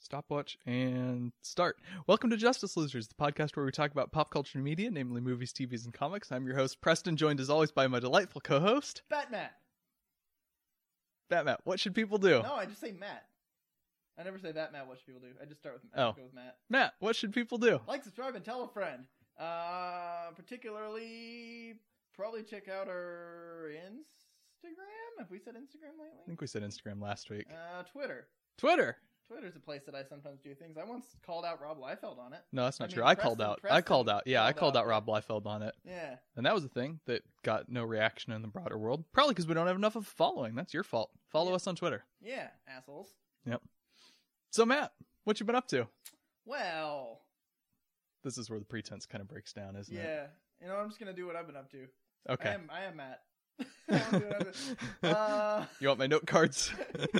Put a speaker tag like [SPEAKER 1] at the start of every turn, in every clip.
[SPEAKER 1] Stopwatch and start. Welcome to Justice Losers, the podcast where we talk about pop culture and media, namely movies, TVs, and comics. I'm your host, Preston, joined as always by my delightful co host,
[SPEAKER 2] Batman.
[SPEAKER 1] Batman. What should people do?
[SPEAKER 2] No, I just say Matt. I never say Batman. What should people do? I just start with Matt.
[SPEAKER 1] Oh.
[SPEAKER 2] Go with Matt.
[SPEAKER 1] Matt, what should people do?
[SPEAKER 2] Like, subscribe, and tell a friend. Uh, particularly, probably check out our Instagram. Have we said Instagram
[SPEAKER 1] I
[SPEAKER 2] lately?
[SPEAKER 1] think we said Instagram last week.
[SPEAKER 2] Uh, Twitter.
[SPEAKER 1] Twitter.
[SPEAKER 2] Twitter's a place that I sometimes do things. I once called out Rob Liefeld on it.
[SPEAKER 1] No, that's not
[SPEAKER 2] I mean,
[SPEAKER 1] true. I called
[SPEAKER 2] Preston-
[SPEAKER 1] out. I
[SPEAKER 2] Preston
[SPEAKER 1] called out. Yeah, I
[SPEAKER 2] called
[SPEAKER 1] called
[SPEAKER 2] out.
[SPEAKER 1] out Rob Liefeld on it.
[SPEAKER 2] Yeah.
[SPEAKER 1] And that was a thing that got no reaction in the broader world. Probably because we don't have enough of a following. That's your fault. Follow
[SPEAKER 2] Yeah.
[SPEAKER 1] us on Twitter.
[SPEAKER 2] Yeah, assholes.
[SPEAKER 1] So, Matt, what you been up to?
[SPEAKER 2] Well,
[SPEAKER 1] This is where the pretense kind of breaks down, isn't it?
[SPEAKER 2] yeah. You know, I'm just going to do what I've been up to. I
[SPEAKER 1] Okay.
[SPEAKER 2] am, I am Matt. I'm doing what I've been- uh,
[SPEAKER 1] you want my note cards?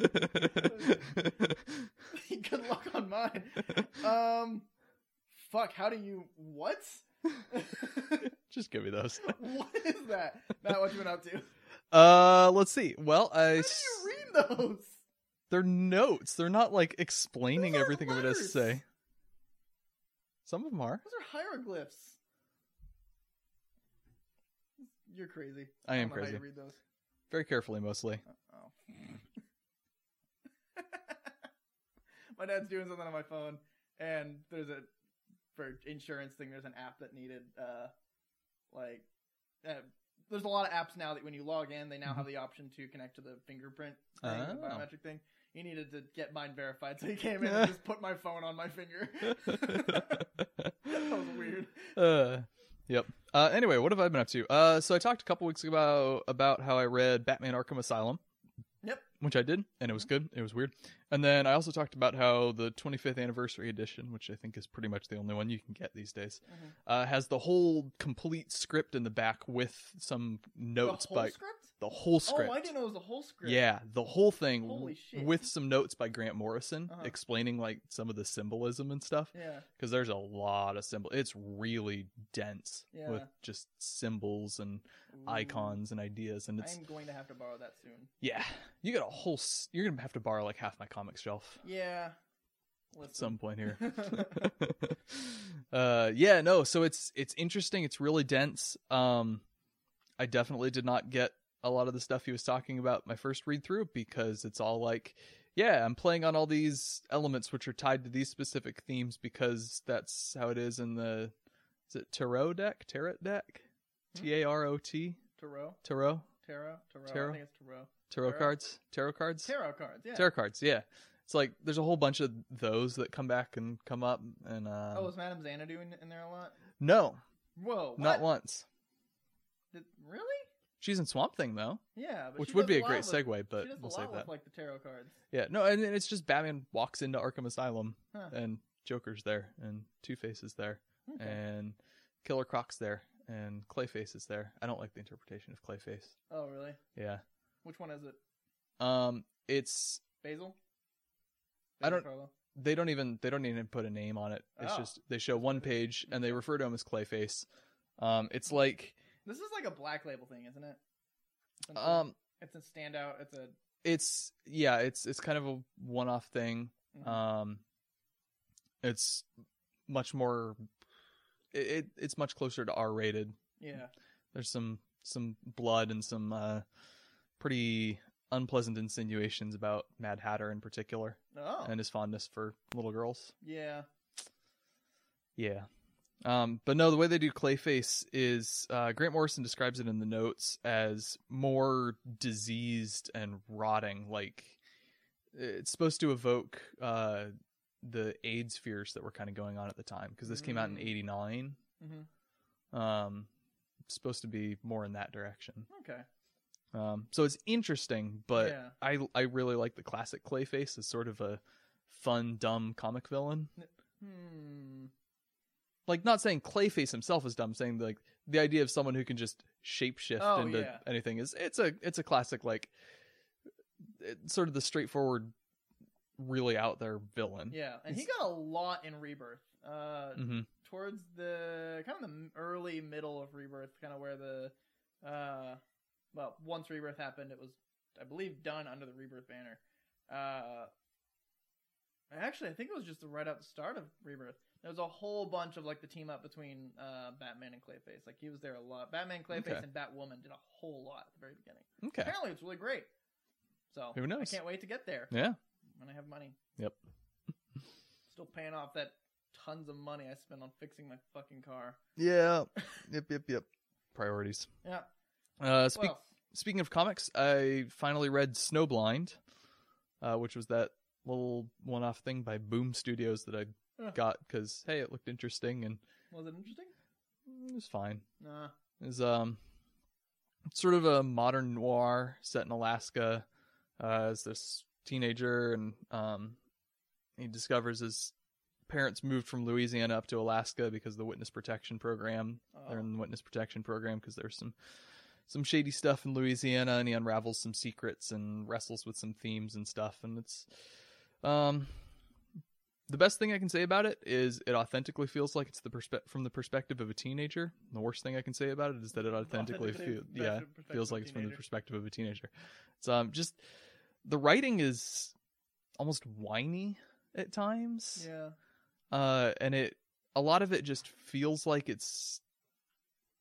[SPEAKER 2] Good luck on mine. Um, fuck. How do you? What?
[SPEAKER 1] Just give me those.
[SPEAKER 2] what is that? Matt, what you been up to? How
[SPEAKER 1] Uh, let's see. Well, I
[SPEAKER 2] do
[SPEAKER 1] s-
[SPEAKER 2] you read those?
[SPEAKER 1] they're notes. They're not like explaining
[SPEAKER 2] Those are
[SPEAKER 1] everything I'm gonna
[SPEAKER 2] letters.
[SPEAKER 1] say. Some of them are.
[SPEAKER 2] Those are hieroglyphs. You're crazy.
[SPEAKER 1] I am
[SPEAKER 2] don't know How
[SPEAKER 1] crazy.
[SPEAKER 2] you read those?
[SPEAKER 1] Very carefully, mostly.
[SPEAKER 2] Oh. my dad's doing something on my phone, and there's a for insurance thing. There's an app that needed, uh, like, uh, there's a lot of apps now that when you log in, they now have the option to connect to the fingerprint thing, the
[SPEAKER 1] Mm-hmm. Oh.
[SPEAKER 2] biometric thing. He needed to get mine verified, so he came in and just put my phone on my finger. that was weird.
[SPEAKER 1] Uh, yep. Uh, anyway, what have I been up to? Uh, so I talked a couple weeks ago about how I read Batman Arkham Asylum.
[SPEAKER 2] Yep.
[SPEAKER 1] Which I did, and it was good. It was weird. And then I also talked about how the 25th anniversary edition, which I think is pretty much the only one you can get these days,
[SPEAKER 2] Mhm.
[SPEAKER 1] uh, has the whole complete script in the back with some notes
[SPEAKER 2] the whole
[SPEAKER 1] by
[SPEAKER 2] script?
[SPEAKER 1] the whole script.
[SPEAKER 2] Oh, I didn't know it was the whole script.
[SPEAKER 1] Yeah, the whole thing
[SPEAKER 2] Holy
[SPEAKER 1] w-
[SPEAKER 2] shit.
[SPEAKER 1] with some notes by Grant Morrison
[SPEAKER 2] Uh-huh.
[SPEAKER 1] explaining like some of the symbolism and stuff
[SPEAKER 2] Yeah.
[SPEAKER 1] because there's a lot of symbol. It's really dense with
[SPEAKER 2] Yeah. Mm.
[SPEAKER 1] just symbols and
[SPEAKER 2] Ooh.
[SPEAKER 1] icons and ideas, and
[SPEAKER 2] I
[SPEAKER 1] it's
[SPEAKER 2] am going to have to borrow that soon.
[SPEAKER 1] yeah. You got a whole. s- You're gonna have to borrow like half my comic shelf
[SPEAKER 2] Yeah.
[SPEAKER 1] at
[SPEAKER 2] Listen.
[SPEAKER 1] some point here. uh, yeah, no. So it's it's interesting. It's really dense. Um, I definitely did not get a lot of the stuff he was talking about my first read through because it's all like, yeah, I'm playing on all these elements which are tied to these specific themes because that's how it is in the is it tarot deck, tarot deck,
[SPEAKER 2] Hmm?
[SPEAKER 1] T A R O T,
[SPEAKER 2] Tarot,
[SPEAKER 1] tarot,
[SPEAKER 2] tarot, tarot.
[SPEAKER 1] Tarot?
[SPEAKER 2] I think it's tarot.
[SPEAKER 1] tarot
[SPEAKER 2] Tarot?
[SPEAKER 1] cards, tarot cards,
[SPEAKER 2] Tarot cards. Yeah.
[SPEAKER 1] tarot cards. Yeah, it's like there's a whole bunch of those that come back and come up and um,
[SPEAKER 2] oh, was Madame Xanadu in, in there a lot?
[SPEAKER 1] no,
[SPEAKER 2] Whoa.
[SPEAKER 1] Not
[SPEAKER 2] what?
[SPEAKER 1] once.
[SPEAKER 2] Did, really? Oh,
[SPEAKER 1] Um, Um, Um, Um, Mm. uh,
[SPEAKER 2] Oh,
[SPEAKER 1] Um, uh, uh, Um, Um, Mm. Mm-hmm.
[SPEAKER 2] Hmm. Oh, Uh, uh, Uh, Actually, I think it was just right at the start of Rebirth. There was a whole bunch of like the team up between uh, Batman and Clayface. Like he was there a lot. Batman, Clayface,
[SPEAKER 1] Okay.
[SPEAKER 2] and Batwoman did a whole lot at the very beginning.
[SPEAKER 1] Okay.
[SPEAKER 2] Apparently, it's really great. So
[SPEAKER 1] Who knows?
[SPEAKER 2] I can't wait to get there
[SPEAKER 1] Yeah.
[SPEAKER 2] when I have money.
[SPEAKER 1] Yep.
[SPEAKER 2] Still paying off that tons of money I spent on fixing my fucking car.
[SPEAKER 1] Yeah. Yep. Yep. Yep. Priorities.
[SPEAKER 2] Yeah.
[SPEAKER 1] Uh, speak,
[SPEAKER 2] well,
[SPEAKER 1] speaking of comics, I finally read Snowblind, uh, which was that little one-off thing by Boom Studios that I
[SPEAKER 2] Huh.
[SPEAKER 1] got because hey, it looked interesting and
[SPEAKER 2] was it interesting?
[SPEAKER 1] mm, it was fine.
[SPEAKER 2] Nah.
[SPEAKER 1] is um it's sort of a modern noir set in Alaska uh, as this teenager and um he discovers his parents moved from Louisiana up to Alaska because of the witness protection program.
[SPEAKER 2] Oh.
[SPEAKER 1] They're in the witness protection program because there's some some shady stuff in Louisiana and he unravels some secrets and wrestles with some themes and stuff and it's um the best thing I can say about it is it authentically feels like it's the perspe- from the perspective of a teenager. The worst thing I can say about it is that it authentically feel-
[SPEAKER 2] Perspective-
[SPEAKER 1] yeah
[SPEAKER 2] perspective
[SPEAKER 1] feels
[SPEAKER 2] of
[SPEAKER 1] like it's from the
[SPEAKER 2] teenager.
[SPEAKER 1] perspective of a teenager. It's um just the writing is almost whiny at times.
[SPEAKER 2] Yeah.
[SPEAKER 1] Uh and it a lot of it just feels like it's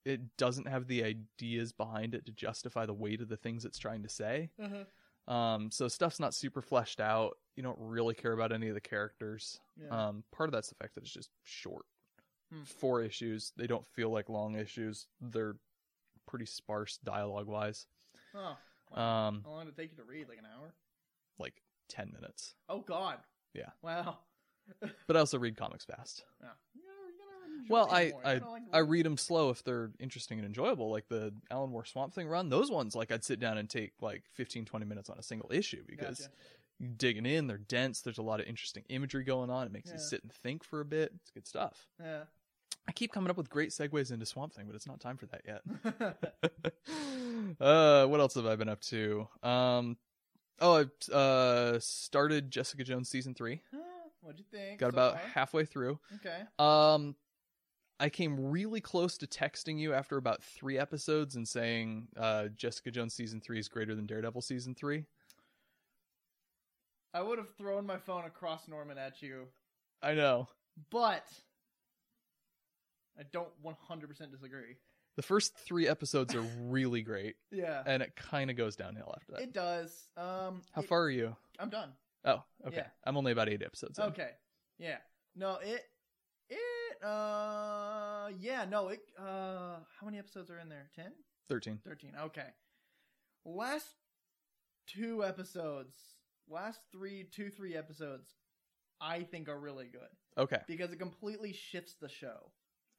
[SPEAKER 1] it doesn't have the ideas behind it to justify the weight of the things it's trying to say.
[SPEAKER 2] Uh-huh.
[SPEAKER 1] Um so stuff's not super fleshed out. You don't really care about any of the characters.
[SPEAKER 2] Yeah.
[SPEAKER 1] Um, part of that's the fact that it's just short.
[SPEAKER 2] Hmm.
[SPEAKER 1] Four issues. They don't feel like long issues. They're pretty sparse dialogue wise.
[SPEAKER 2] oh. Wow.
[SPEAKER 1] Um,
[SPEAKER 2] How long did it take you to read? Like an hour?
[SPEAKER 1] like ten minutes.
[SPEAKER 2] Oh God.
[SPEAKER 1] Yeah.
[SPEAKER 2] Wow.
[SPEAKER 1] But I also read comics fast.
[SPEAKER 2] Yeah. You gotta- you gotta enjoy
[SPEAKER 1] Well,
[SPEAKER 2] it
[SPEAKER 1] I-
[SPEAKER 2] more. You gotta, like,
[SPEAKER 1] I read them slow if they're interesting and enjoyable, like the Alan Moore Swamp Thing run. Those ones, like I'd sit down and take like 15, 20 minutes on a single issue because
[SPEAKER 2] Gotcha.
[SPEAKER 1] you're digging in, they're dense. There's a lot of interesting imagery going on. It makes you
[SPEAKER 2] Yeah.
[SPEAKER 1] sit and think for a bit. It's good stuff.
[SPEAKER 2] Yeah.
[SPEAKER 1] I keep coming up with great segues into Swamp Thing, but it's not time for that yet. uh, what else have I been up to? Um, oh, I uh, started Jessica Jones season three.
[SPEAKER 2] What'd you think?
[SPEAKER 1] Got
[SPEAKER 2] so
[SPEAKER 1] about
[SPEAKER 2] far?
[SPEAKER 1] halfway through.
[SPEAKER 2] Okay.
[SPEAKER 1] Um, I came really close to texting you after about three episodes and saying uh, Jessica Jones season three is greater than Daredevil season three.
[SPEAKER 2] I would have thrown my phone across Norman at you,
[SPEAKER 1] I know.
[SPEAKER 2] but I don't 100% disagree.
[SPEAKER 1] The first three episodes are really great,
[SPEAKER 2] Yeah.
[SPEAKER 1] and it kind of goes downhill after that.
[SPEAKER 2] It does. Um,
[SPEAKER 1] How
[SPEAKER 2] it-
[SPEAKER 1] far are you?
[SPEAKER 2] I'm done.
[SPEAKER 1] Oh, okay.
[SPEAKER 2] Yeah.
[SPEAKER 1] I'm only about eight episodes. in.
[SPEAKER 2] Okay. Yeah. No, it. It. Uh. Yeah. No. It. Uh. How many episodes are in there? Ten.
[SPEAKER 1] Thirteen.
[SPEAKER 2] 13. Okay. Last two episodes, last three, two, three episodes, I think are really good
[SPEAKER 1] Okay.
[SPEAKER 2] because it completely shifts the show.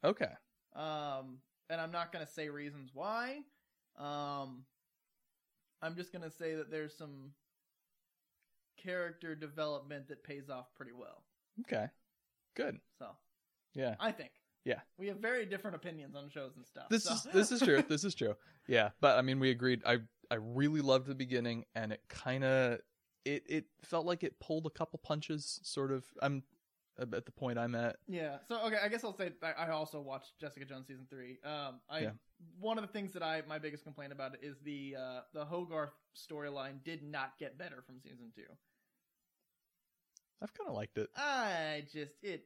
[SPEAKER 1] Okay.
[SPEAKER 2] Um, and I'm not going to say reasons why. Um, I'm just going to say that there's some character development that pays off pretty well.
[SPEAKER 1] Okay. Good.
[SPEAKER 2] So
[SPEAKER 1] Yeah.
[SPEAKER 2] I think.
[SPEAKER 1] Yeah.
[SPEAKER 2] We have very different opinions on shows and stuff.
[SPEAKER 1] this
[SPEAKER 2] so-
[SPEAKER 1] is this is true. This is true. Yeah, but I mean, we agreed. I I really loved the beginning, and it kind of it it felt like it pulled a couple punches. Sort of. I'm at the point I'm at.
[SPEAKER 2] Yeah. So okay, I guess I'll say I, I also watched Jessica Jones season three. Um, I
[SPEAKER 1] Yeah.
[SPEAKER 2] one of the things that I my biggest complaint about it is the uh, the Hogarth storyline did not get better from season two.
[SPEAKER 1] I've kind of liked it.
[SPEAKER 2] I just it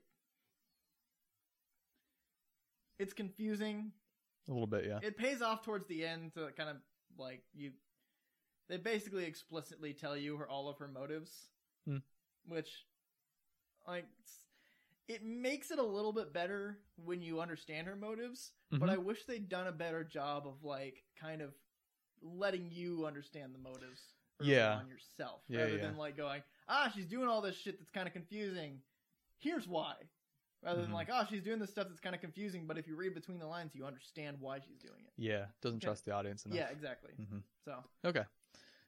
[SPEAKER 2] it's confusing.
[SPEAKER 1] a little bit. Yeah.
[SPEAKER 2] It pays off towards the end to kind of like you. They basically explicitly tell you her all of her motives,
[SPEAKER 1] Hmm.
[SPEAKER 2] which like s- it makes it a little bit better when you understand her motives.
[SPEAKER 1] Mm-hmm.
[SPEAKER 2] but I wish they'd done a better job of like kind of letting you understand the motives early
[SPEAKER 1] Yeah.
[SPEAKER 2] on yourself
[SPEAKER 1] Yeah,
[SPEAKER 2] rather
[SPEAKER 1] yeah.
[SPEAKER 2] than like going ah she's doing all this shit that's kind of confusing here's why rather
[SPEAKER 1] Mhm.
[SPEAKER 2] than like ah she's doing this stuff that's kind of confusing but if you read between the lines you understand why she's doing it
[SPEAKER 1] yeah, doesn't
[SPEAKER 2] Okay.
[SPEAKER 1] trust the audience enough.
[SPEAKER 2] yeah exactly
[SPEAKER 1] Mhm.
[SPEAKER 2] so
[SPEAKER 1] Okay.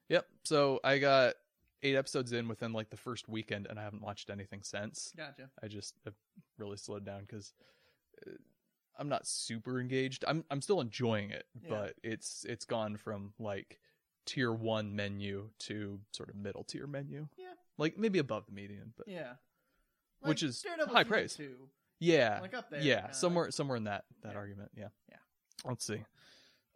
[SPEAKER 1] Yep. So I got eight episodes in within like the first weekend, and I haven't watched anything since.
[SPEAKER 2] gotcha
[SPEAKER 1] I just have really slowed down because I'm not super engaged. I'm I'm still enjoying it,
[SPEAKER 2] Yeah.
[SPEAKER 1] but it's it's gone from like tier one menu to sort of middle tier menu.
[SPEAKER 2] Yeah.
[SPEAKER 1] like maybe above the median, but yeah,
[SPEAKER 2] yeah
[SPEAKER 1] Which is
[SPEAKER 2] Daredevil
[SPEAKER 1] high
[SPEAKER 2] season
[SPEAKER 1] praise.
[SPEAKER 2] two,
[SPEAKER 1] yeah,
[SPEAKER 2] like up there kinda, like-
[SPEAKER 1] somewhere somewhere in that that
[SPEAKER 2] Yeah.
[SPEAKER 1] argument. Yeah,
[SPEAKER 2] Yeah.
[SPEAKER 1] Let's see.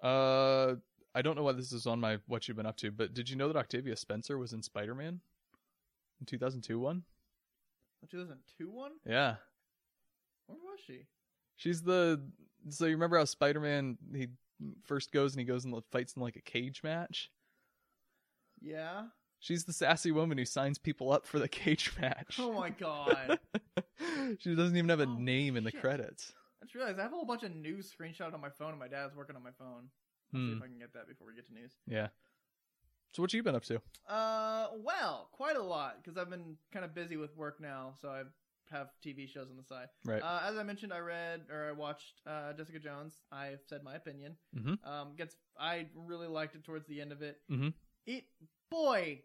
[SPEAKER 1] Uh, I don't know why this is on my what you've been up to, but did you know that Octavia Spencer was in Spider Man, in 2002 one?
[SPEAKER 2] The 2002 one?
[SPEAKER 1] Yeah.
[SPEAKER 2] Where was she?
[SPEAKER 1] She's the so you remember how Spider Man he first goes and he goes and fights in like a cage match?
[SPEAKER 2] Yeah.
[SPEAKER 1] She's the sassy woman who signs people up for the cage match.
[SPEAKER 2] Oh my god.
[SPEAKER 1] she doesn't even have a
[SPEAKER 2] Oh,
[SPEAKER 1] name in the
[SPEAKER 2] shit.
[SPEAKER 1] credits.
[SPEAKER 2] I just realized I have a whole bunch of news screenshots on my phone, and my dad's working on my phone. I'll see
[SPEAKER 1] Hmm.
[SPEAKER 2] if I can get that before we get to news.
[SPEAKER 1] Yeah. So what you been up to?
[SPEAKER 2] Uh, well, quite a lot because I've been kind of busy with work now, so I have TV shows on the side.
[SPEAKER 1] Right.
[SPEAKER 2] Uh, as I mentioned, I read or I watched uh, Jessica Jones. I've said my opinion.
[SPEAKER 1] Mhm.
[SPEAKER 2] Um, gets I really liked it towards the end of it.
[SPEAKER 1] Mhm.
[SPEAKER 2] It boy,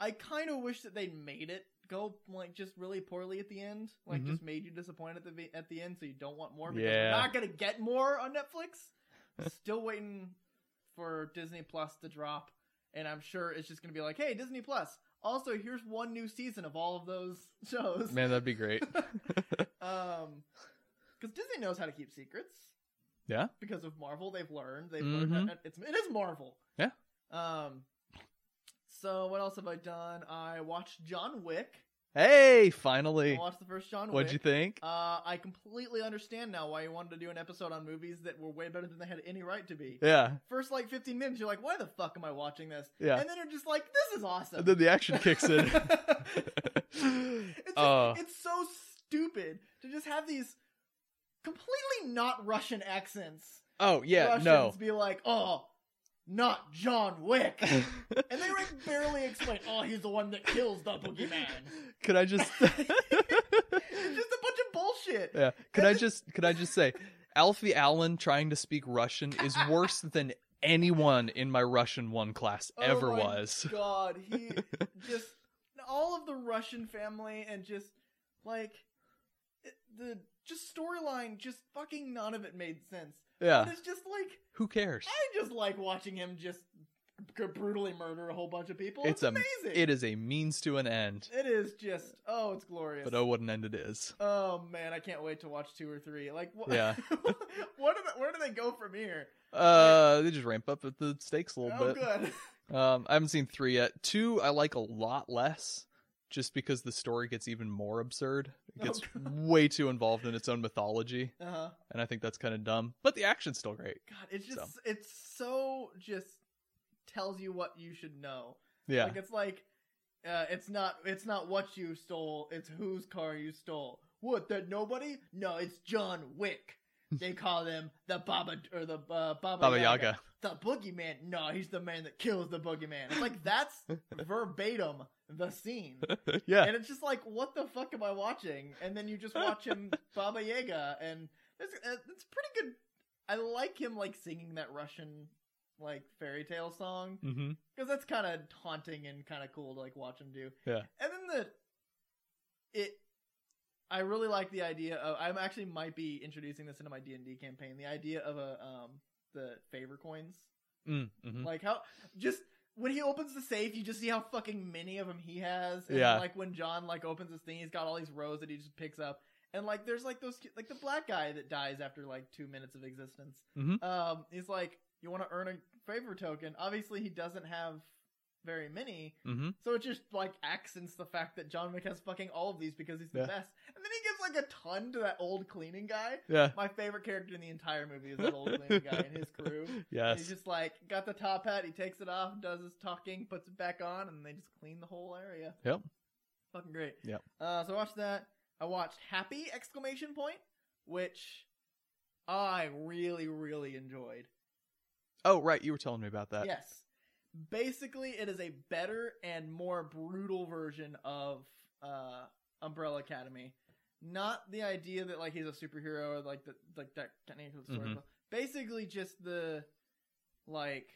[SPEAKER 2] I kind of wish that they'd made it go like just really poorly at the end. Like
[SPEAKER 1] Mhm.
[SPEAKER 2] just made you disappointed at the ve- at the end, so you don't want more. Because
[SPEAKER 1] Yeah.
[SPEAKER 2] we're not gonna get more on Netflix. Still waiting for Disney Plus to drop, and I'm sure it's just gonna be like, hey, Disney Plus. Also, here's one new season of all of those shows.
[SPEAKER 1] Man, that'd be great.
[SPEAKER 2] Oh, Um, because Disney knows how to keep secrets.
[SPEAKER 1] Yeah.
[SPEAKER 2] Because of Marvel, they've learned. They've
[SPEAKER 1] Mhm.
[SPEAKER 2] learned. That it's it is Marvel.
[SPEAKER 1] Yeah.
[SPEAKER 2] Um. So what else have I done? I watched John Wick.
[SPEAKER 1] hey,
[SPEAKER 2] I
[SPEAKER 1] finally.
[SPEAKER 2] watched the first John
[SPEAKER 1] What'd
[SPEAKER 2] Wick.
[SPEAKER 1] you think?
[SPEAKER 2] Uh, I completely understand now why you wanted to do an episode on movies that were way better than they had any right to be.
[SPEAKER 1] Yeah.
[SPEAKER 2] First, like 15 minutes, you're like, why the fuck am I watching this?
[SPEAKER 1] Yeah.
[SPEAKER 2] And then you're just like, this is awesome.
[SPEAKER 1] And then the action kicks in.
[SPEAKER 2] It's,
[SPEAKER 1] Oh.
[SPEAKER 2] it's so stupid to just have these completely not Russian accents.
[SPEAKER 1] oh yeah,
[SPEAKER 2] Russians
[SPEAKER 1] no.
[SPEAKER 2] be like, oh, not John Wick, and they like barely explain. Oh, he's the one that kills the boogeyman.
[SPEAKER 1] Could I just
[SPEAKER 2] It's just a bunch of bullshit.
[SPEAKER 1] Yeah. Could
[SPEAKER 2] And
[SPEAKER 1] I
[SPEAKER 2] then-
[SPEAKER 1] just could I just say Alfie Allen trying to speak Russian is worse than anyone in my Russian one class
[SPEAKER 2] Oh
[SPEAKER 1] ever
[SPEAKER 2] my
[SPEAKER 1] was.
[SPEAKER 2] God, he just all of the Russian family and just like it, the just storyline. Just fucking none of it made sense.
[SPEAKER 1] Yeah.
[SPEAKER 2] But it's just like
[SPEAKER 1] Who cares?
[SPEAKER 2] I just like watching him just g- brutally murder a whole bunch of people.
[SPEAKER 1] It's
[SPEAKER 2] It's,
[SPEAKER 1] am-
[SPEAKER 2] amazing.
[SPEAKER 1] It is a means to an end.
[SPEAKER 2] It is just oh, it's glorious.
[SPEAKER 1] But oh what an end it is.
[SPEAKER 2] oh man, I can't wait to watch two or three. Like what?
[SPEAKER 1] Yeah.
[SPEAKER 2] what? Do they, where do they go from here?
[SPEAKER 1] Uh they just ramp up at the stakes a little
[SPEAKER 2] oh,
[SPEAKER 1] bit.
[SPEAKER 2] good.
[SPEAKER 1] Um, I haven't seen three yet. Two, I like a lot less, just because the story gets even more absurd. It
[SPEAKER 2] Oh,
[SPEAKER 1] gets
[SPEAKER 2] God.
[SPEAKER 1] way too involved in its own mythology,
[SPEAKER 2] Uh huh.
[SPEAKER 1] and I think that's kind of dumb. But the action's still great.
[SPEAKER 2] God, it's just
[SPEAKER 1] So.
[SPEAKER 2] it's so just tells you what you should know.
[SPEAKER 1] Yeah,
[SPEAKER 2] Like it's like uh, it's not it's not what you stole, it's whose car you stole. What that nobody? No, it's John Wick. They call him the Baba or the uh, Baba,
[SPEAKER 1] Baba
[SPEAKER 2] Yaga.
[SPEAKER 1] Yaga.
[SPEAKER 2] The boogeyman? No, he's the man that kills the boogeyman. It's like that's verbatim the scene,
[SPEAKER 1] yeah,
[SPEAKER 2] and it's just like, what the fuck am I watching? And then you just watch him Baba Yaga, and it's, uh, it's pretty good. I like him like singing that Russian like fairy tale song
[SPEAKER 1] hmm
[SPEAKER 2] because that's kind of haunting and kind of cool to like watch him do.
[SPEAKER 1] Yeah.
[SPEAKER 2] And then the it, I really like the idea of. I'm actually might be introducing this into my D and D campaign. The idea of a um the favor coins,
[SPEAKER 1] mm mhm.
[SPEAKER 2] like how just. When he opens the safe, you just see how fucking many of them he has. And
[SPEAKER 1] Yeah.
[SPEAKER 2] Like when John like opens his thing, he's got all these rows that he just picks up. And like there's like those like the black guy that dies after like two minutes of existence.
[SPEAKER 1] Mhm.
[SPEAKER 2] Um, he's like, you want to earn a favor token? Obviously, he doesn't have very many,
[SPEAKER 1] mhm.
[SPEAKER 2] so it just like accents the fact that John Wick has fucking all of these because he's the
[SPEAKER 1] Yeah.
[SPEAKER 2] best. And then he gives like a ton to that old cleaning guy.
[SPEAKER 1] yeah,
[SPEAKER 2] My favorite character in the entire movie is that old cleaning guy and his crew. And He's
[SPEAKER 1] yes,
[SPEAKER 2] just like got the top hat, he takes it off, does his talking, puts it back on, and they just clean the whole area.
[SPEAKER 1] Yep.
[SPEAKER 2] Fucking great.
[SPEAKER 1] Yep.
[SPEAKER 2] Uh, so I watched that. I watched Happy exclamation point, which I really, really enjoyed.
[SPEAKER 1] Oh right, you were telling me about that.
[SPEAKER 2] Yes. Basically, it is a better and more brutal version of uh, Umbrella Academy. Not the idea that like he's a superhero or like the like that kind of story.
[SPEAKER 1] Mhm.
[SPEAKER 2] Basically, just the like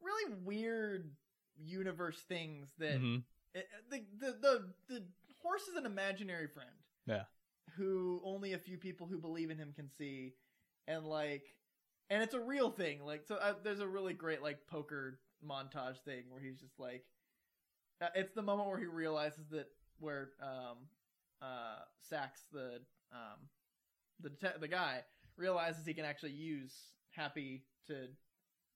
[SPEAKER 2] really weird universe things that
[SPEAKER 1] hmm
[SPEAKER 2] it- it- Eh, the, the the the horse is an imaginary friend.
[SPEAKER 1] Yeah.
[SPEAKER 2] Who only a few people who believe in him can see, and like, and it's a real thing. Like, so uh, there's a really great like poker montage thing where he's just like, uh, it's the moment where he realizes that where um uh Sax the um the det- the guy realizes he can actually use Happy to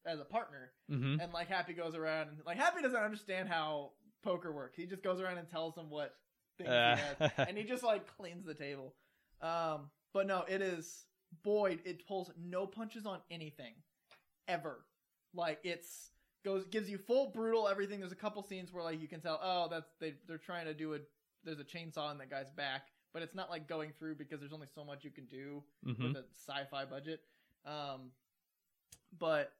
[SPEAKER 2] as a partner
[SPEAKER 1] hmm
[SPEAKER 2] and like Happy goes around and like Happy doesn't understand how poker works. He just goes around and tells them what things
[SPEAKER 1] Uh,
[SPEAKER 2] he has. and he just like cleans the table. Um, but no, it is Boyd. It pulls no punches on anything, ever. Like it's goes gives you full brutal everything. There's a couple scenes where like you can tell, oh, that's they they're trying to do a there's a chainsaw in that guy's back, but it's not like going through because there's only so much you can do
[SPEAKER 1] Mhm.
[SPEAKER 2] with a sci-fi budget. Um, but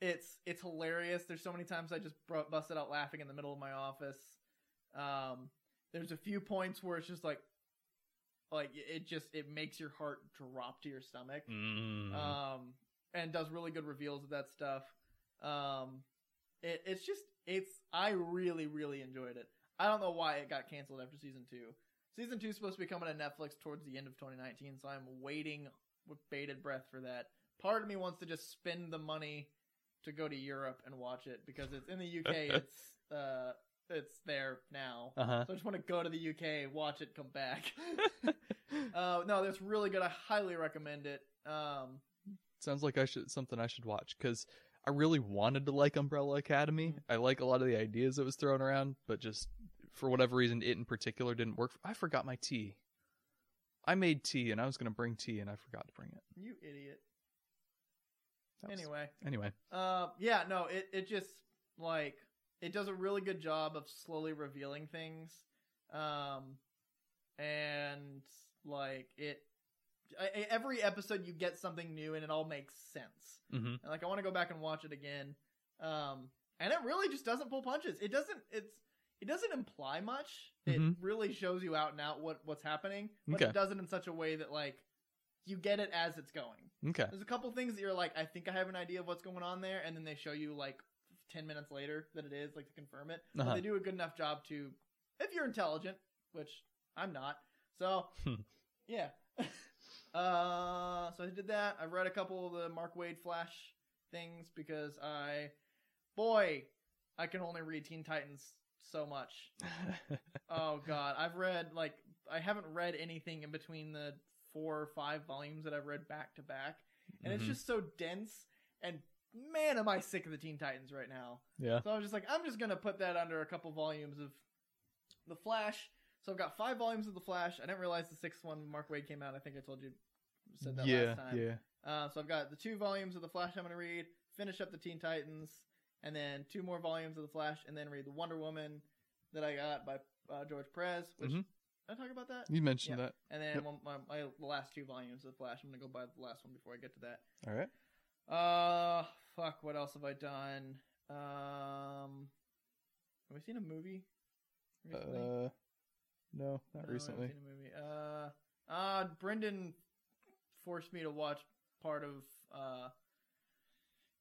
[SPEAKER 2] it's it's hilarious. There's so many times I just bro- busted out laughing in the middle of my office. Um, there's a few points where it's just like, like it just it makes your heart drop to your stomach.
[SPEAKER 1] Mm.
[SPEAKER 2] Um, and does really good reveals of that stuff. Um, it, it's just it's I really really enjoyed it. I don't know why it got canceled after season two. Season two is supposed to be coming to Netflix towards the end of 2019, so I'm waiting with bated breath for that. Part of me wants to just spend the money to go to Europe and watch it because it's in the UK. it's uh, it's there now.
[SPEAKER 1] uh-huh.
[SPEAKER 2] So I just want to go to the UK, watch it, come back. uh, no, that's really good. I highly recommend it. Um,
[SPEAKER 1] Sounds like I should something I should watch because I really wanted to like Umbrella Academy.
[SPEAKER 2] Mm-hmm.
[SPEAKER 1] I like a lot of the ideas that was thrown around, but just for whatever reason, it in particular didn't work. I forgot my tea. I made tea and I was going to bring tea and I forgot to bring it.
[SPEAKER 2] you idiot.
[SPEAKER 1] That was-
[SPEAKER 2] Anyway,
[SPEAKER 1] anyway,
[SPEAKER 2] uh, yeah, no, it it just like it does a really good job of slowly revealing things, um, and like it. I- I- Every episode, you get something new, and it all makes sense.
[SPEAKER 1] hmm
[SPEAKER 2] And, like I want to go back and watch it again. Um, and it really just doesn't pull punches. It doesn't. It's it doesn't imply much. It
[SPEAKER 1] Mhm.
[SPEAKER 2] really shows you out and out what what's happening, but
[SPEAKER 1] Okay.
[SPEAKER 2] it does it in such a way that like you get it as it's going.
[SPEAKER 1] okay,
[SPEAKER 2] There's a couple things that you're like, I think I have an idea of what's going on there, and then they show you like ten minutes later that it is like to confirm it. But
[SPEAKER 1] Uh-huh.
[SPEAKER 2] they do a good enough job to, if you're intelligent, which I'm not. So,
[SPEAKER 1] Hmm.
[SPEAKER 2] yeah. uh, so I did that. I read a couple of the Mark Wade Flash things because I, boy, I can only read Teen Titans so much. Oh god, I've read like I haven't read anything in between the four or five volumes that I've read back to back, and
[SPEAKER 1] Mhm.
[SPEAKER 2] it's just so dense. And man, am I sick of the Teen Titans right now.
[SPEAKER 1] yeah,
[SPEAKER 2] So I was just like, I'm just gonna put that under a couple volumes of the Flash. So I've got five volumes of the Flash. I didn't realize the sixth one Mark Wade came out. I think I told you said that
[SPEAKER 1] yeah,
[SPEAKER 2] last time.
[SPEAKER 1] yeah.
[SPEAKER 2] Uh, so I've got the two volumes of the Flash I'm going to read, finish up the Teen Titans, and then two more volumes of the Flash, and then read the Wonder Woman that I got by uh, George Perez. Which
[SPEAKER 1] Mhm.
[SPEAKER 2] did I talk about that?
[SPEAKER 1] You mentioned
[SPEAKER 2] Yeah.
[SPEAKER 1] that.
[SPEAKER 2] And then
[SPEAKER 1] Yep.
[SPEAKER 2] one, my, my the last two volumes of the Flash. I'm going to go buy the last one before I get to that.
[SPEAKER 1] All right.
[SPEAKER 2] Uh, fuck. What else have I done? Um, have we seen a movie? Recently?
[SPEAKER 1] Uh, no, not
[SPEAKER 2] No, I haven't
[SPEAKER 1] recently.
[SPEAKER 2] seen a movie. Uh, uh, Brendan forced me to watch part of uh,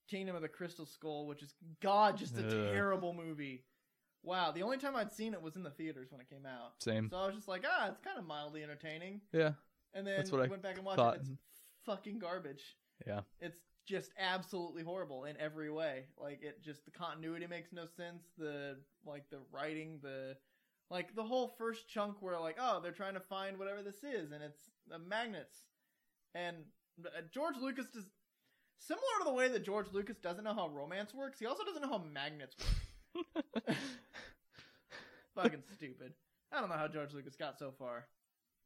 [SPEAKER 2] Kingdom of the Crystal Skull, which is God, just a
[SPEAKER 1] Ugh.
[SPEAKER 2] terrible movie. Wow, the only time I'd seen it was in the theaters when it came out.
[SPEAKER 1] Same.
[SPEAKER 2] So I was just like, ah, it's kind of mildly entertaining.
[SPEAKER 1] yeah.
[SPEAKER 2] And then
[SPEAKER 1] That's what I
[SPEAKER 2] went back and watched
[SPEAKER 1] thought.
[SPEAKER 2] it. It's fucking garbage.
[SPEAKER 1] Yeah.
[SPEAKER 2] It's just absolutely horrible in every way. Like it just the continuity makes no sense. The like the writing, the like the whole first chunk where like oh they're trying to find whatever this is and it's the magnets and uh, George Lucas does similar to the way that George Lucas doesn't know how romance works. He also doesn't know how magnets work. Fucking stupid. I don't know how George Lucas got so far.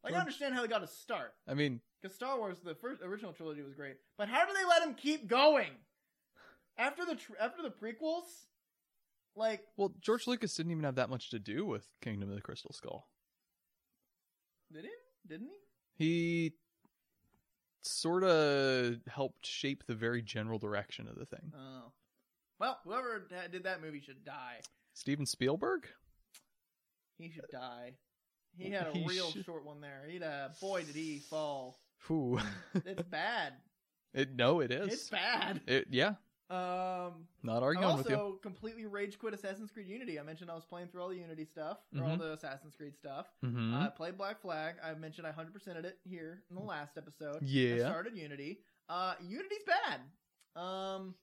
[SPEAKER 2] Like I
[SPEAKER 1] George-
[SPEAKER 2] understand how he got his start.
[SPEAKER 1] I mean,
[SPEAKER 2] Because Star Wars, the first original trilogy was great, but how do they let him keep going after the tr- after the prequels? Like,
[SPEAKER 1] well, George Lucas didn't even have that much to do with Kingdom of the Crystal Skull.
[SPEAKER 2] did he? Didn't he?
[SPEAKER 1] He sort of helped shape the very general direction of the thing.
[SPEAKER 2] Oh, well, whoever da- did that movie should die.
[SPEAKER 1] Steven Spielberg?
[SPEAKER 2] He should die. He had a
[SPEAKER 1] He
[SPEAKER 2] real
[SPEAKER 1] should-
[SPEAKER 2] short one there. He'd uh, boy did he fall.
[SPEAKER 1] Whew.
[SPEAKER 2] It's bad.
[SPEAKER 1] it, no, it is.
[SPEAKER 2] it's bad.
[SPEAKER 1] It, yeah,
[SPEAKER 2] Um,
[SPEAKER 1] not
[SPEAKER 2] I
[SPEAKER 1] arguing with you.
[SPEAKER 2] also completely rage quit Assassin's Creed Unity. I mentioned I was playing through all the Unity stuff, or all
[SPEAKER 1] Mhm.
[SPEAKER 2] the Assassin's Creed stuff.
[SPEAKER 1] hmm
[SPEAKER 2] I played Black Flag. I mentioned I 100%ed it here in the last episode. I
[SPEAKER 1] yeah.
[SPEAKER 2] started Unity. Uh, Unity's bad. Um,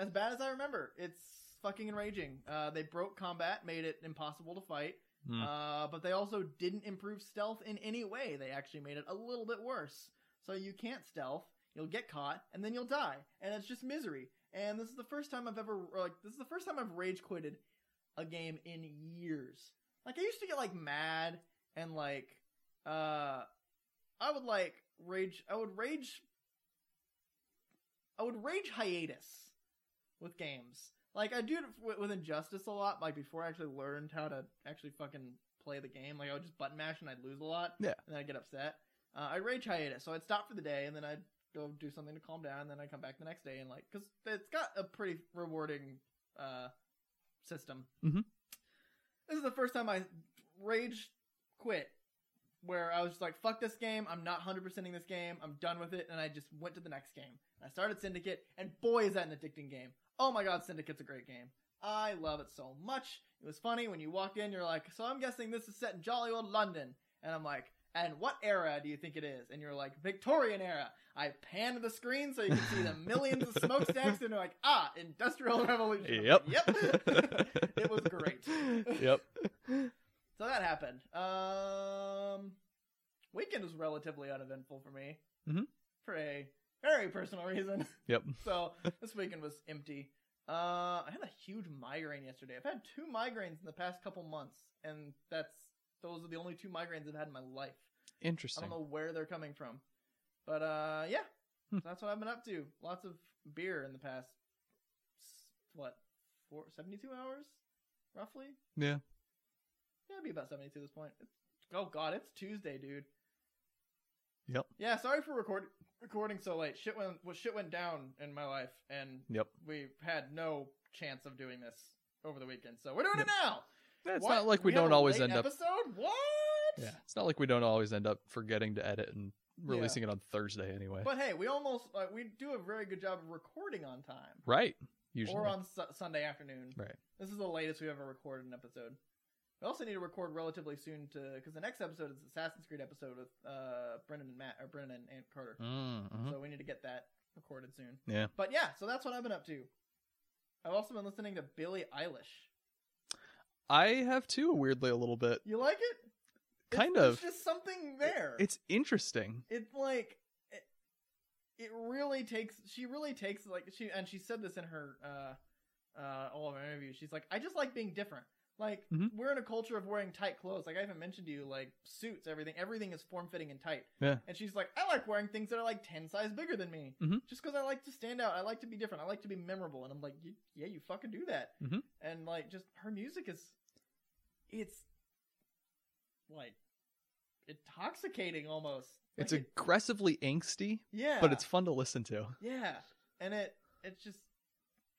[SPEAKER 2] as bad as I remember. It's fucking enraging. Uh, they broke combat, made it impossible to fight.
[SPEAKER 1] Hmm.
[SPEAKER 2] Uh, but they also didn't improve stealth in any way. They actually made it a little bit worse. So you can't stealth. You'll get caught, and then you'll die, and it's just misery. And this is the first time I've ever or, like this is the first time I've rage quitted a game in years. Like I used to get like mad and like uh I would like rage I would rage I would rage hiatus with games. Like I do it with, with Injustice a lot. Like before I actually learned how to actually fucking play the game, like I would just button mash and I'd lose a lot.
[SPEAKER 1] Yeah.
[SPEAKER 2] and then I'd get upset. Uh, I rage hiatus, so I'd stop for the day and then I'd go do something to calm down. And then I would come back the next day and like because it's got a pretty rewarding uh system.
[SPEAKER 1] Mhm.
[SPEAKER 2] This is the first time I rage quit. Where I was just like, "Fuck this game! I'm not 100%ing this game. I'm done with it," and I just went to the next game. I started Syndicate, and boy, is that an addicting game. Oh my god, Syndicate's a great game. I love it so much. It was funny when you walk in, you're like, so I'm guessing this is set in jolly old London. And I'm like, and what era do you think it is? And you're like, Victorian era. I panned the screen so you can see the millions of smokestacks, and you're like, ah, Industrial Revolution.
[SPEAKER 1] Yep.
[SPEAKER 2] Yep. it was great.
[SPEAKER 1] yep.
[SPEAKER 2] So that happened. Um, weekend was relatively uneventful for me.
[SPEAKER 1] Mhm.
[SPEAKER 2] For a very personal reason.
[SPEAKER 1] Yep.
[SPEAKER 2] so this weekend was empty. Uh, I had a huge migraine yesterday. I've had two migraines in the past couple months, and that's those are the only two migraines I've had in my life. I
[SPEAKER 1] Interesting.
[SPEAKER 2] don't know where they're coming from, but uh, yeah,
[SPEAKER 1] Hmm.
[SPEAKER 2] So that's what I've been up to. Lots of beer in the past s- what four, 72 hours, roughly.
[SPEAKER 1] Yeah.
[SPEAKER 2] Yeah, it'd be about 72 at this point. It's, oh god, it's Tuesday, dude.
[SPEAKER 1] Yep.
[SPEAKER 2] Yeah, sorry for record, recording so late. Shit went well, shit went down in my life and
[SPEAKER 1] Yep.
[SPEAKER 2] we had no chance of doing this over the weekend. So we're doing
[SPEAKER 1] Yep.
[SPEAKER 2] it now.
[SPEAKER 1] It's
[SPEAKER 2] What?
[SPEAKER 1] not like we,
[SPEAKER 2] had
[SPEAKER 1] don't
[SPEAKER 2] a
[SPEAKER 1] always
[SPEAKER 2] late
[SPEAKER 1] end up.
[SPEAKER 2] episode? What?
[SPEAKER 1] Yeah. It's not like we don't always end up forgetting to edit and releasing it on Thursday anyway.
[SPEAKER 2] But hey, we almost like we do a very good job of recording on time.
[SPEAKER 1] right. Usually.
[SPEAKER 2] Or on su- Sunday afternoon.
[SPEAKER 1] Right.
[SPEAKER 2] This is the latest we've ever recorded an episode. We also need to record relatively soon to because the next episode is the Assassin's Creed episode with uh Brendan and Matt or Brendan and Aunt Carter.
[SPEAKER 1] Mm, mhm.
[SPEAKER 2] So we need to get that recorded soon.
[SPEAKER 1] Yeah.
[SPEAKER 2] But yeah, so that's what I've been up to. I've also been listening to Billie Eilish.
[SPEAKER 1] I have too, weirdly, a little bit.
[SPEAKER 2] You like it? It's-
[SPEAKER 1] Kind of.
[SPEAKER 2] It's just something there.
[SPEAKER 1] It's interesting.
[SPEAKER 2] it's like it, it really takes. She really takes like she and she said this in her uh uh all of her interviews. She's like, I just like being different. Like
[SPEAKER 1] Mhm.
[SPEAKER 2] we're in a culture of wearing tight clothes. Like I haven't mentioned to you, like suits, everything, everything is form fitting and tight.
[SPEAKER 1] Yeah.
[SPEAKER 2] And she's like, I like wearing things that are like ten size bigger than me,
[SPEAKER 1] Mhm.
[SPEAKER 2] just because I like to stand out. I like to be different. I like to be memorable. And I'm like, "You- yeah, you fucking do that.
[SPEAKER 1] Mhm.
[SPEAKER 2] And like, just her music is, it's like intoxicating almost.
[SPEAKER 1] It's
[SPEAKER 2] Like, it-
[SPEAKER 1] aggressively angsty,
[SPEAKER 2] yeah,
[SPEAKER 1] but it's fun to listen to.
[SPEAKER 2] yeah, and it it's just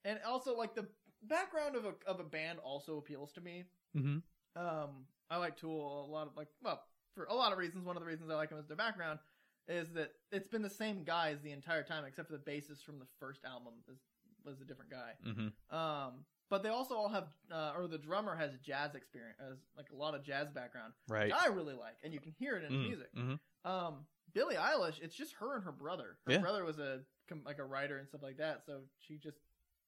[SPEAKER 2] and also like the background of a of a band also appeals to me.
[SPEAKER 1] Mm-hmm.
[SPEAKER 2] Um, I like Tool a lot of like well for a lot of reasons. One of the reasons I like them is their background is that it's been the same guys the entire time, except for the bassist from the first album is was a different guy.
[SPEAKER 1] Mm-hmm.
[SPEAKER 2] Um, but they also all have uh, or the drummer has jazz experience, has like a lot of jazz background,
[SPEAKER 1] Right.
[SPEAKER 2] which I really like, and you can hear it in his music.
[SPEAKER 1] Mm-hmm.
[SPEAKER 2] Um, Billie Eilish, it's just her and her brother. Her
[SPEAKER 1] Yeah.
[SPEAKER 2] brother was a com- like a writer and stuff like that, so she just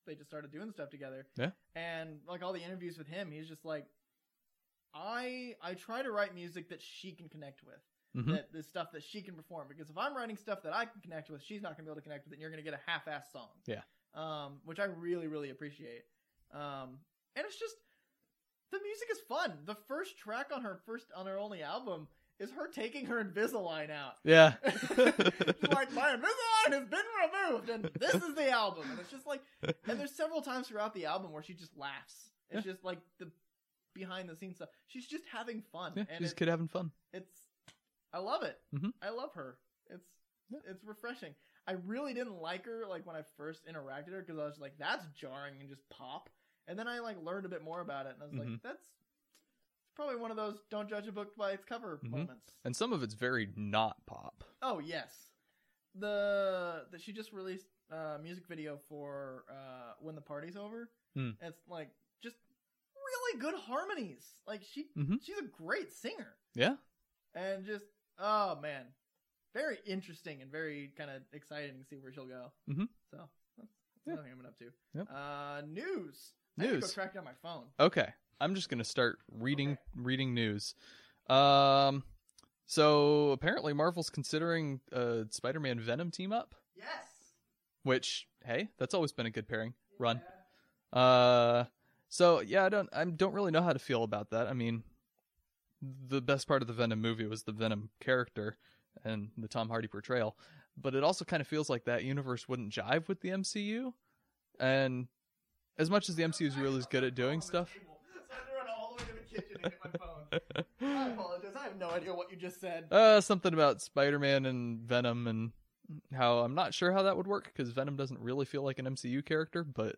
[SPEAKER 2] they just started doing stuff together.
[SPEAKER 1] Yeah.
[SPEAKER 2] And like all the interviews with him, he's just like, I I try to write music that she can connect with,
[SPEAKER 1] Mhm.
[SPEAKER 2] that the stuff that she can perform. Because if I'm writing stuff that I can connect with, she's not gonna be able to connect with, it, and you're gonna get a half-ass song.
[SPEAKER 1] Yeah.
[SPEAKER 2] Um, which I really really appreciate. Um, and it's just the music is fun. The first track on her first on her only album is her taking her Invisalign out.
[SPEAKER 1] Yeah.
[SPEAKER 2] She's like my Invisalign has been removed, and this is the album. And it's just like, and there's several times throughout the album where she just laughs. It's just like the behind the scenes stuff. She's just having fun,
[SPEAKER 1] yeah
[SPEAKER 2] and
[SPEAKER 1] she's a
[SPEAKER 2] it,
[SPEAKER 1] kid having fun.
[SPEAKER 2] it's I love it.
[SPEAKER 1] Mhm.
[SPEAKER 2] I love her. It's
[SPEAKER 1] Yeah.
[SPEAKER 2] it's refreshing. I really didn't like her like when I first interacted with her because I was like, that's jarring and just pop. And then I like learned a bit more about it, and I was like,
[SPEAKER 1] Mhm.
[SPEAKER 2] that's it's probably one of those don't judge a book by its cover
[SPEAKER 1] Mhm.
[SPEAKER 2] moments.
[SPEAKER 1] And some of it's very not pop.
[SPEAKER 2] Oh yes, the that she just released uh, music video for uh, when the party's over.
[SPEAKER 1] Hmm.
[SPEAKER 2] It's like just really good harmonies. Like she
[SPEAKER 1] Mhm.
[SPEAKER 2] she's a great singer
[SPEAKER 1] Yeah.
[SPEAKER 2] and just oh man, very interesting and very kind of exciting to see where she'll go.
[SPEAKER 1] Mhm.
[SPEAKER 2] So that's
[SPEAKER 1] Yeah.
[SPEAKER 2] another thing I've been up to.
[SPEAKER 1] Yep.
[SPEAKER 2] Uh, news. I need to go
[SPEAKER 1] News.
[SPEAKER 2] track down my phone.
[SPEAKER 1] Okay. I'm just gonna start reading
[SPEAKER 2] Okay.
[SPEAKER 1] reading news. Um. So apparently Marvel's considering a Spider-Man Venom team up,
[SPEAKER 2] Yes.
[SPEAKER 1] which hey, that's always been a good pairing. Run. Uh. So yeah, I don't I don't really know how to feel about that. I mean, the best part of the Venom movie was the Venom character and the Tom Hardy portrayal, but it also kind of feels like that universe wouldn't jive with the MCU. And as much as the MCU is really good at doing stuff,
[SPEAKER 2] So I had to run all the way to the kitchen and get my phone. I apologize. I have no idea what you just said.
[SPEAKER 1] uh, something about Spider-Man and Venom and how I'm not sure how that would work because Venom doesn't really feel like an MCU character, but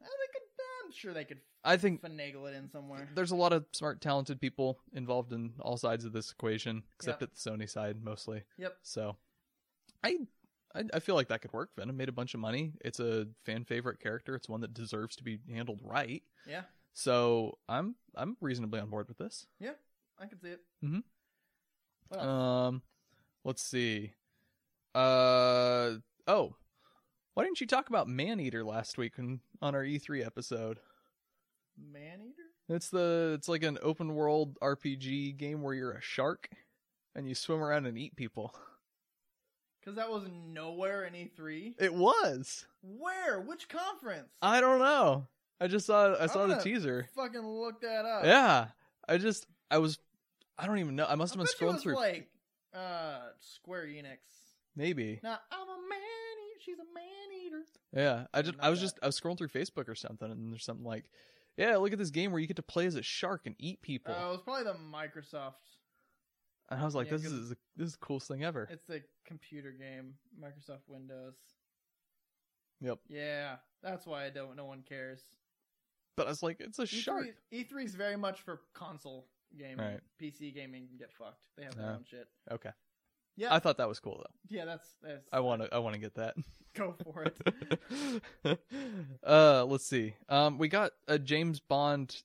[SPEAKER 2] Uh, they could, I'm sure they could
[SPEAKER 1] I think
[SPEAKER 2] finagle it in somewhere.
[SPEAKER 1] there's a lot of smart, talented people involved in all sides of this equation, except
[SPEAKER 2] Yep.
[SPEAKER 1] at the Sony side mostly.
[SPEAKER 2] Yep.
[SPEAKER 1] So, I, I I feel like that could work. Venom made a bunch of money. It's a fan favorite character. It's one that deserves to be handled right.
[SPEAKER 2] Yeah,
[SPEAKER 1] So I'm I'm reasonably on board with this.
[SPEAKER 2] I can see it.
[SPEAKER 1] Mhm.
[SPEAKER 2] What else?
[SPEAKER 1] Um, let's see. Uh oh, why didn't you talk about Man Eater last week in, on our E3 episode?
[SPEAKER 2] Man eater.
[SPEAKER 1] It's the it's like an open world RPG game where you're a shark and you swim around and eat people.
[SPEAKER 2] Because that was nowhere in E3.
[SPEAKER 1] It was.
[SPEAKER 2] Where? Which conference?
[SPEAKER 1] I don't know. I just saw I saw
[SPEAKER 2] I'm
[SPEAKER 1] the
[SPEAKER 2] gonna
[SPEAKER 1] teaser.
[SPEAKER 2] fucking look that up.
[SPEAKER 1] Yeah. I just I was I don't even know. I
[SPEAKER 2] I
[SPEAKER 1] must have been
[SPEAKER 2] bet you it
[SPEAKER 1] scrolling
[SPEAKER 2] was
[SPEAKER 1] through
[SPEAKER 2] like uh, Square Enix.
[SPEAKER 1] maybe.
[SPEAKER 2] Now I'm a man eater. She's a man eater.
[SPEAKER 1] Yeah. I just
[SPEAKER 2] not
[SPEAKER 1] I was
[SPEAKER 2] that.
[SPEAKER 1] just I was scrolling through Facebook or something and there's something like, "Yeah, look at this game where you get to play as a shark and eat people."
[SPEAKER 2] Uh, it was probably the Microsoft.
[SPEAKER 1] and I was like,
[SPEAKER 2] yeah,
[SPEAKER 1] "This
[SPEAKER 2] good.
[SPEAKER 1] is this is the coolest thing ever."
[SPEAKER 2] It's the computer game, Microsoft Windows.
[SPEAKER 1] Yep.
[SPEAKER 2] Yeah, that's why I don't. No one cares. E
[SPEAKER 1] But I was like, "It's a shark."
[SPEAKER 2] E3 is very much for console gaming.
[SPEAKER 1] Right.
[SPEAKER 2] PC gaming can get fucked. They have their
[SPEAKER 1] Yeah.
[SPEAKER 2] own shit.
[SPEAKER 1] Okay.
[SPEAKER 2] Yeah,
[SPEAKER 1] I thought that was cool though.
[SPEAKER 2] yeah. That's, that's
[SPEAKER 1] I want to I want to get that.
[SPEAKER 2] go for it.
[SPEAKER 1] uh let's see um we got a james bond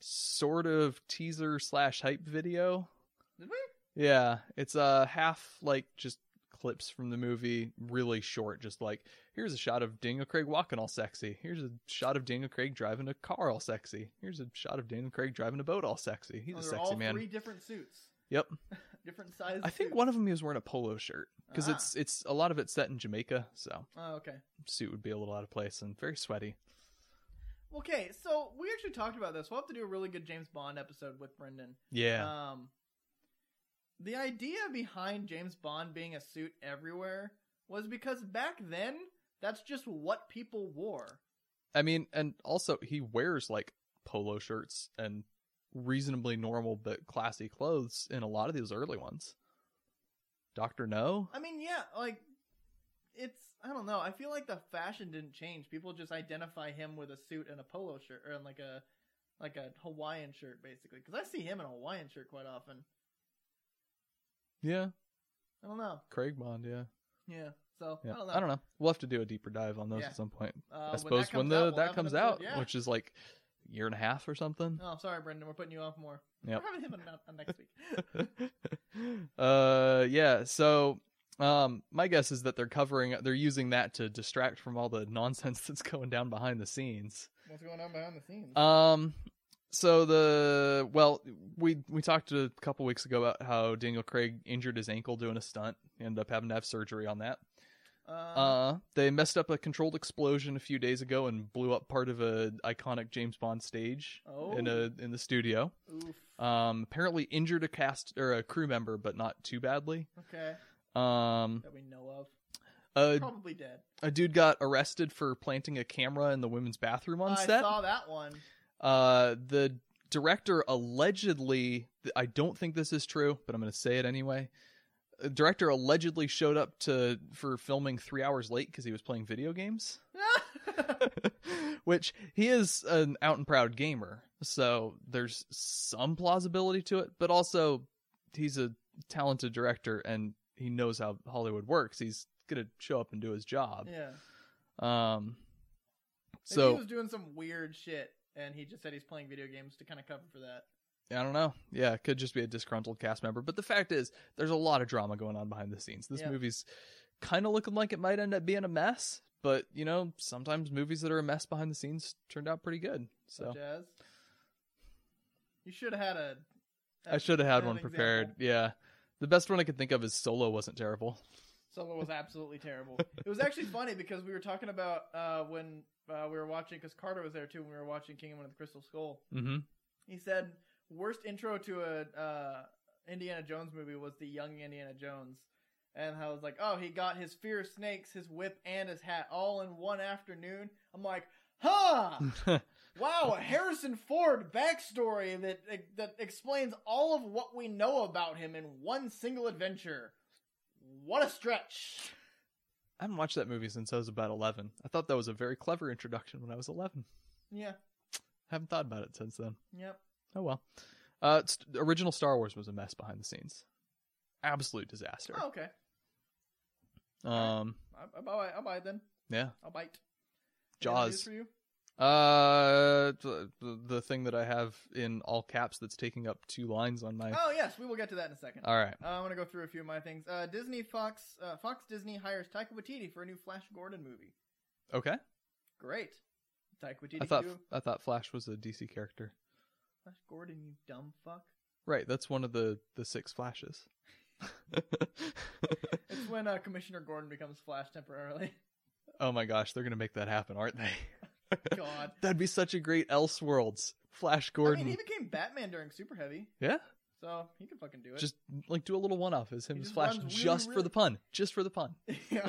[SPEAKER 1] sort of teaser slash hype video
[SPEAKER 2] Did we?
[SPEAKER 1] yeah it's uh half like just clips from the movie really short just like here's a shot of daniel craig walking all sexy here's a shot of daniel craig driving a car all sexy here's a shot of daniel craig driving a boat all sexy he's
[SPEAKER 2] Oh,
[SPEAKER 1] a
[SPEAKER 2] they're
[SPEAKER 1] sexy
[SPEAKER 2] all
[SPEAKER 1] man
[SPEAKER 2] Three different suits.
[SPEAKER 1] Yep.
[SPEAKER 2] different sizes.
[SPEAKER 1] i think one of them he was wearing a polo shirt because
[SPEAKER 2] Ah.
[SPEAKER 1] it's it's a lot of it's set in jamaica so
[SPEAKER 2] Oh, okay.
[SPEAKER 1] suit would be a little out of place and very sweaty
[SPEAKER 2] Okay, so we actually talked about this. We'll have to do a really good James Bond episode with Brendan.
[SPEAKER 1] yeah
[SPEAKER 2] Um, the idea behind James Bond being a suit everywhere was because back then that's just what people wore.
[SPEAKER 1] I mean, and also he wears like polo shirts and reasonably normal but classy clothes in a lot of these early ones. Doctor No,
[SPEAKER 2] I mean, yeah, like it's I don't know. I feel like the fashion didn't change. People just identify him with a suit and a polo shirt or like a like a Hawaiian shirt basically cuz I see him in a Hawaiian shirt quite often.
[SPEAKER 1] yeah,
[SPEAKER 2] I don't know.
[SPEAKER 1] Craig Bond, yeah,
[SPEAKER 2] Yeah. So,
[SPEAKER 1] yeah.
[SPEAKER 2] I don't know.
[SPEAKER 1] We'll have to do a deeper dive on those
[SPEAKER 2] Yeah.
[SPEAKER 1] at some point.
[SPEAKER 2] Uh,
[SPEAKER 1] I suppose when, the that comes out, which is like a year and a half or something.
[SPEAKER 2] Oh, sorry, Brendan. We're putting you off more.
[SPEAKER 1] Yep.
[SPEAKER 2] We're having him on, on next week.
[SPEAKER 1] uh, yeah. So, um, my guess is that they're covering, they're using that to distract from all the nonsense that's going down behind the scenes.
[SPEAKER 2] What's going on behind the scenes?
[SPEAKER 1] Um so the well we we talked a couple weeks ago about how Daniel Craig injured his ankle doing a stunt, He ended up having to have surgery on that.
[SPEAKER 2] Uh,
[SPEAKER 1] Uh they messed up a controlled explosion a few days ago and blew up part of a iconic James Bond stage
[SPEAKER 2] oh,
[SPEAKER 1] in a in the studio.
[SPEAKER 2] oof.
[SPEAKER 1] Um apparently injured a cast or a crew member but not too badly.
[SPEAKER 2] okay,
[SPEAKER 1] Um
[SPEAKER 2] that we know of.
[SPEAKER 1] a,
[SPEAKER 2] Probably dead.
[SPEAKER 1] a dude got arrested for planting a camera in the women's bathroom on
[SPEAKER 2] I
[SPEAKER 1] set.
[SPEAKER 2] saw that one.
[SPEAKER 1] Uh, the director allegedly, I don't think this is true, but I'm going to say it anyway. The director allegedly showed up to for filming three hours late because he was playing video games, which he is an out and proud gamer, so there's some plausibility to it. But also, he's a talented director and he knows how Hollywood works. He's gonna show up and do his job.
[SPEAKER 2] yeah.
[SPEAKER 1] Um,
[SPEAKER 2] So
[SPEAKER 1] so
[SPEAKER 2] he was doing some weird shit, and he just said he's playing video games to kind of cover for that.
[SPEAKER 1] I don't know. Yeah, it could just be a disgruntled cast member. But the fact is, there's a lot of drama going on behind the scenes. This
[SPEAKER 2] Yeah.
[SPEAKER 1] movie's kind of looking like it might end up being a mess, but you know, sometimes movies that are a mess behind the scenes turned out pretty good. So
[SPEAKER 2] Such as you should have had a.
[SPEAKER 1] I should have had
[SPEAKER 2] an
[SPEAKER 1] one
[SPEAKER 2] example.
[SPEAKER 1] prepared. Yeah. The best one I could think of is Solo wasn't terrible.
[SPEAKER 2] Solo was absolutely terrible. It was actually funny because we were talking about uh, when uh, we were watching, because Carter was there too, when we were watching Kingdom of the Crystal Skull.
[SPEAKER 1] Mm-hmm.
[SPEAKER 2] He said worst intro to a uh, Indiana Jones movie was the young Indiana Jones, and I was like, oh, he got his fear of snakes, his whip, and his hat all in one afternoon. I'm like, huh. Wow, a Harrison Ford backstory that that explains all of what we know about him in one single adventure. What a stretch!
[SPEAKER 1] I haven't watched that movie since I was about 11. I thought that was a very clever introduction when I was 11.
[SPEAKER 2] Yeah.
[SPEAKER 1] haven't thought about it since then.
[SPEAKER 2] Yep.
[SPEAKER 1] Oh well. Uh, it's- the original Star Wars was a mess behind the scenes. Absolute disaster.
[SPEAKER 2] Oh, okay.
[SPEAKER 1] Um,
[SPEAKER 2] I, I buy. I buy it then.
[SPEAKER 1] yeah.
[SPEAKER 2] I'll bite. Any other news
[SPEAKER 1] Jaws.
[SPEAKER 2] for you.
[SPEAKER 1] Uh, th- the, the thing that I have in all caps that's taking up two lines on my.
[SPEAKER 2] Oh yes, we will get to that in a second.
[SPEAKER 1] All right.
[SPEAKER 2] Uh, I'm gonna go through a few of my things. Uh, Disney Fox uh, Fox Disney hires Taika Waititi for a new Flash Gordon movie.
[SPEAKER 1] Okay.
[SPEAKER 2] Great. Taika Waititi.
[SPEAKER 1] I thought
[SPEAKER 2] you-
[SPEAKER 1] I thought Flash was a DC character.
[SPEAKER 2] Flash Gordon, you dumb fuck.
[SPEAKER 1] Right. That's one of the the six flashes.
[SPEAKER 2] It's when uh, Commissioner Gordon becomes Flash temporarily.
[SPEAKER 1] oh my gosh, they're gonna make that happen, aren't they?
[SPEAKER 2] God.
[SPEAKER 1] That'd be such a great Elseworlds Flash Gordon.
[SPEAKER 2] I mean, he became Batman during Super Heavy,
[SPEAKER 1] yeah.
[SPEAKER 2] so he can fucking do it.
[SPEAKER 1] Just like do a little one off as him
[SPEAKER 2] He
[SPEAKER 1] as
[SPEAKER 2] just
[SPEAKER 1] Flash,
[SPEAKER 2] runs really,
[SPEAKER 1] just for
[SPEAKER 2] really-
[SPEAKER 1] the pun, just for the pun.
[SPEAKER 2] yeah.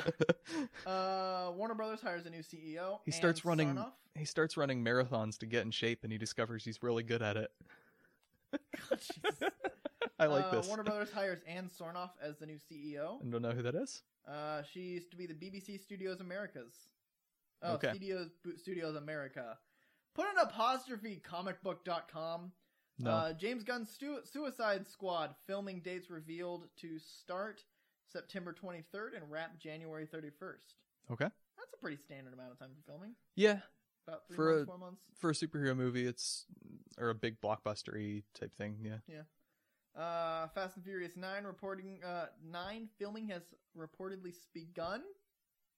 [SPEAKER 2] Uh, Warner Brothers hires a new CEO.
[SPEAKER 1] He starts
[SPEAKER 2] and
[SPEAKER 1] running-
[SPEAKER 2] Sarnoff.
[SPEAKER 1] he starts running marathons to get in shape, and he discovers he's really good at it.
[SPEAKER 2] God, Jesus.
[SPEAKER 1] I like
[SPEAKER 2] uh,
[SPEAKER 1] this.
[SPEAKER 2] Warner Brothers hires Ann Sarnoff as the new E CEO.
[SPEAKER 1] I don't know who that is.
[SPEAKER 2] Uh, she used to be the BBC Studios Americas. Oh,
[SPEAKER 1] Okay.
[SPEAKER 2] Studios Studios America. Put an apostrophe comicbook.com.
[SPEAKER 1] No.
[SPEAKER 2] Uh, James Gunn's Stu- Suicide Squad filming dates revealed to start September 23rd and wrap January 31st.
[SPEAKER 1] Okay.
[SPEAKER 2] That's a pretty standard amount of time for filming.
[SPEAKER 1] yeah,
[SPEAKER 2] About three
[SPEAKER 1] For
[SPEAKER 2] months,
[SPEAKER 1] a-
[SPEAKER 2] four months.
[SPEAKER 1] for a superhero movie, it's or a big blockbustery type thing. Yeah.
[SPEAKER 2] Uh, Fast and Furious Nine reporting. Uh, Nine filming has reportedly begun.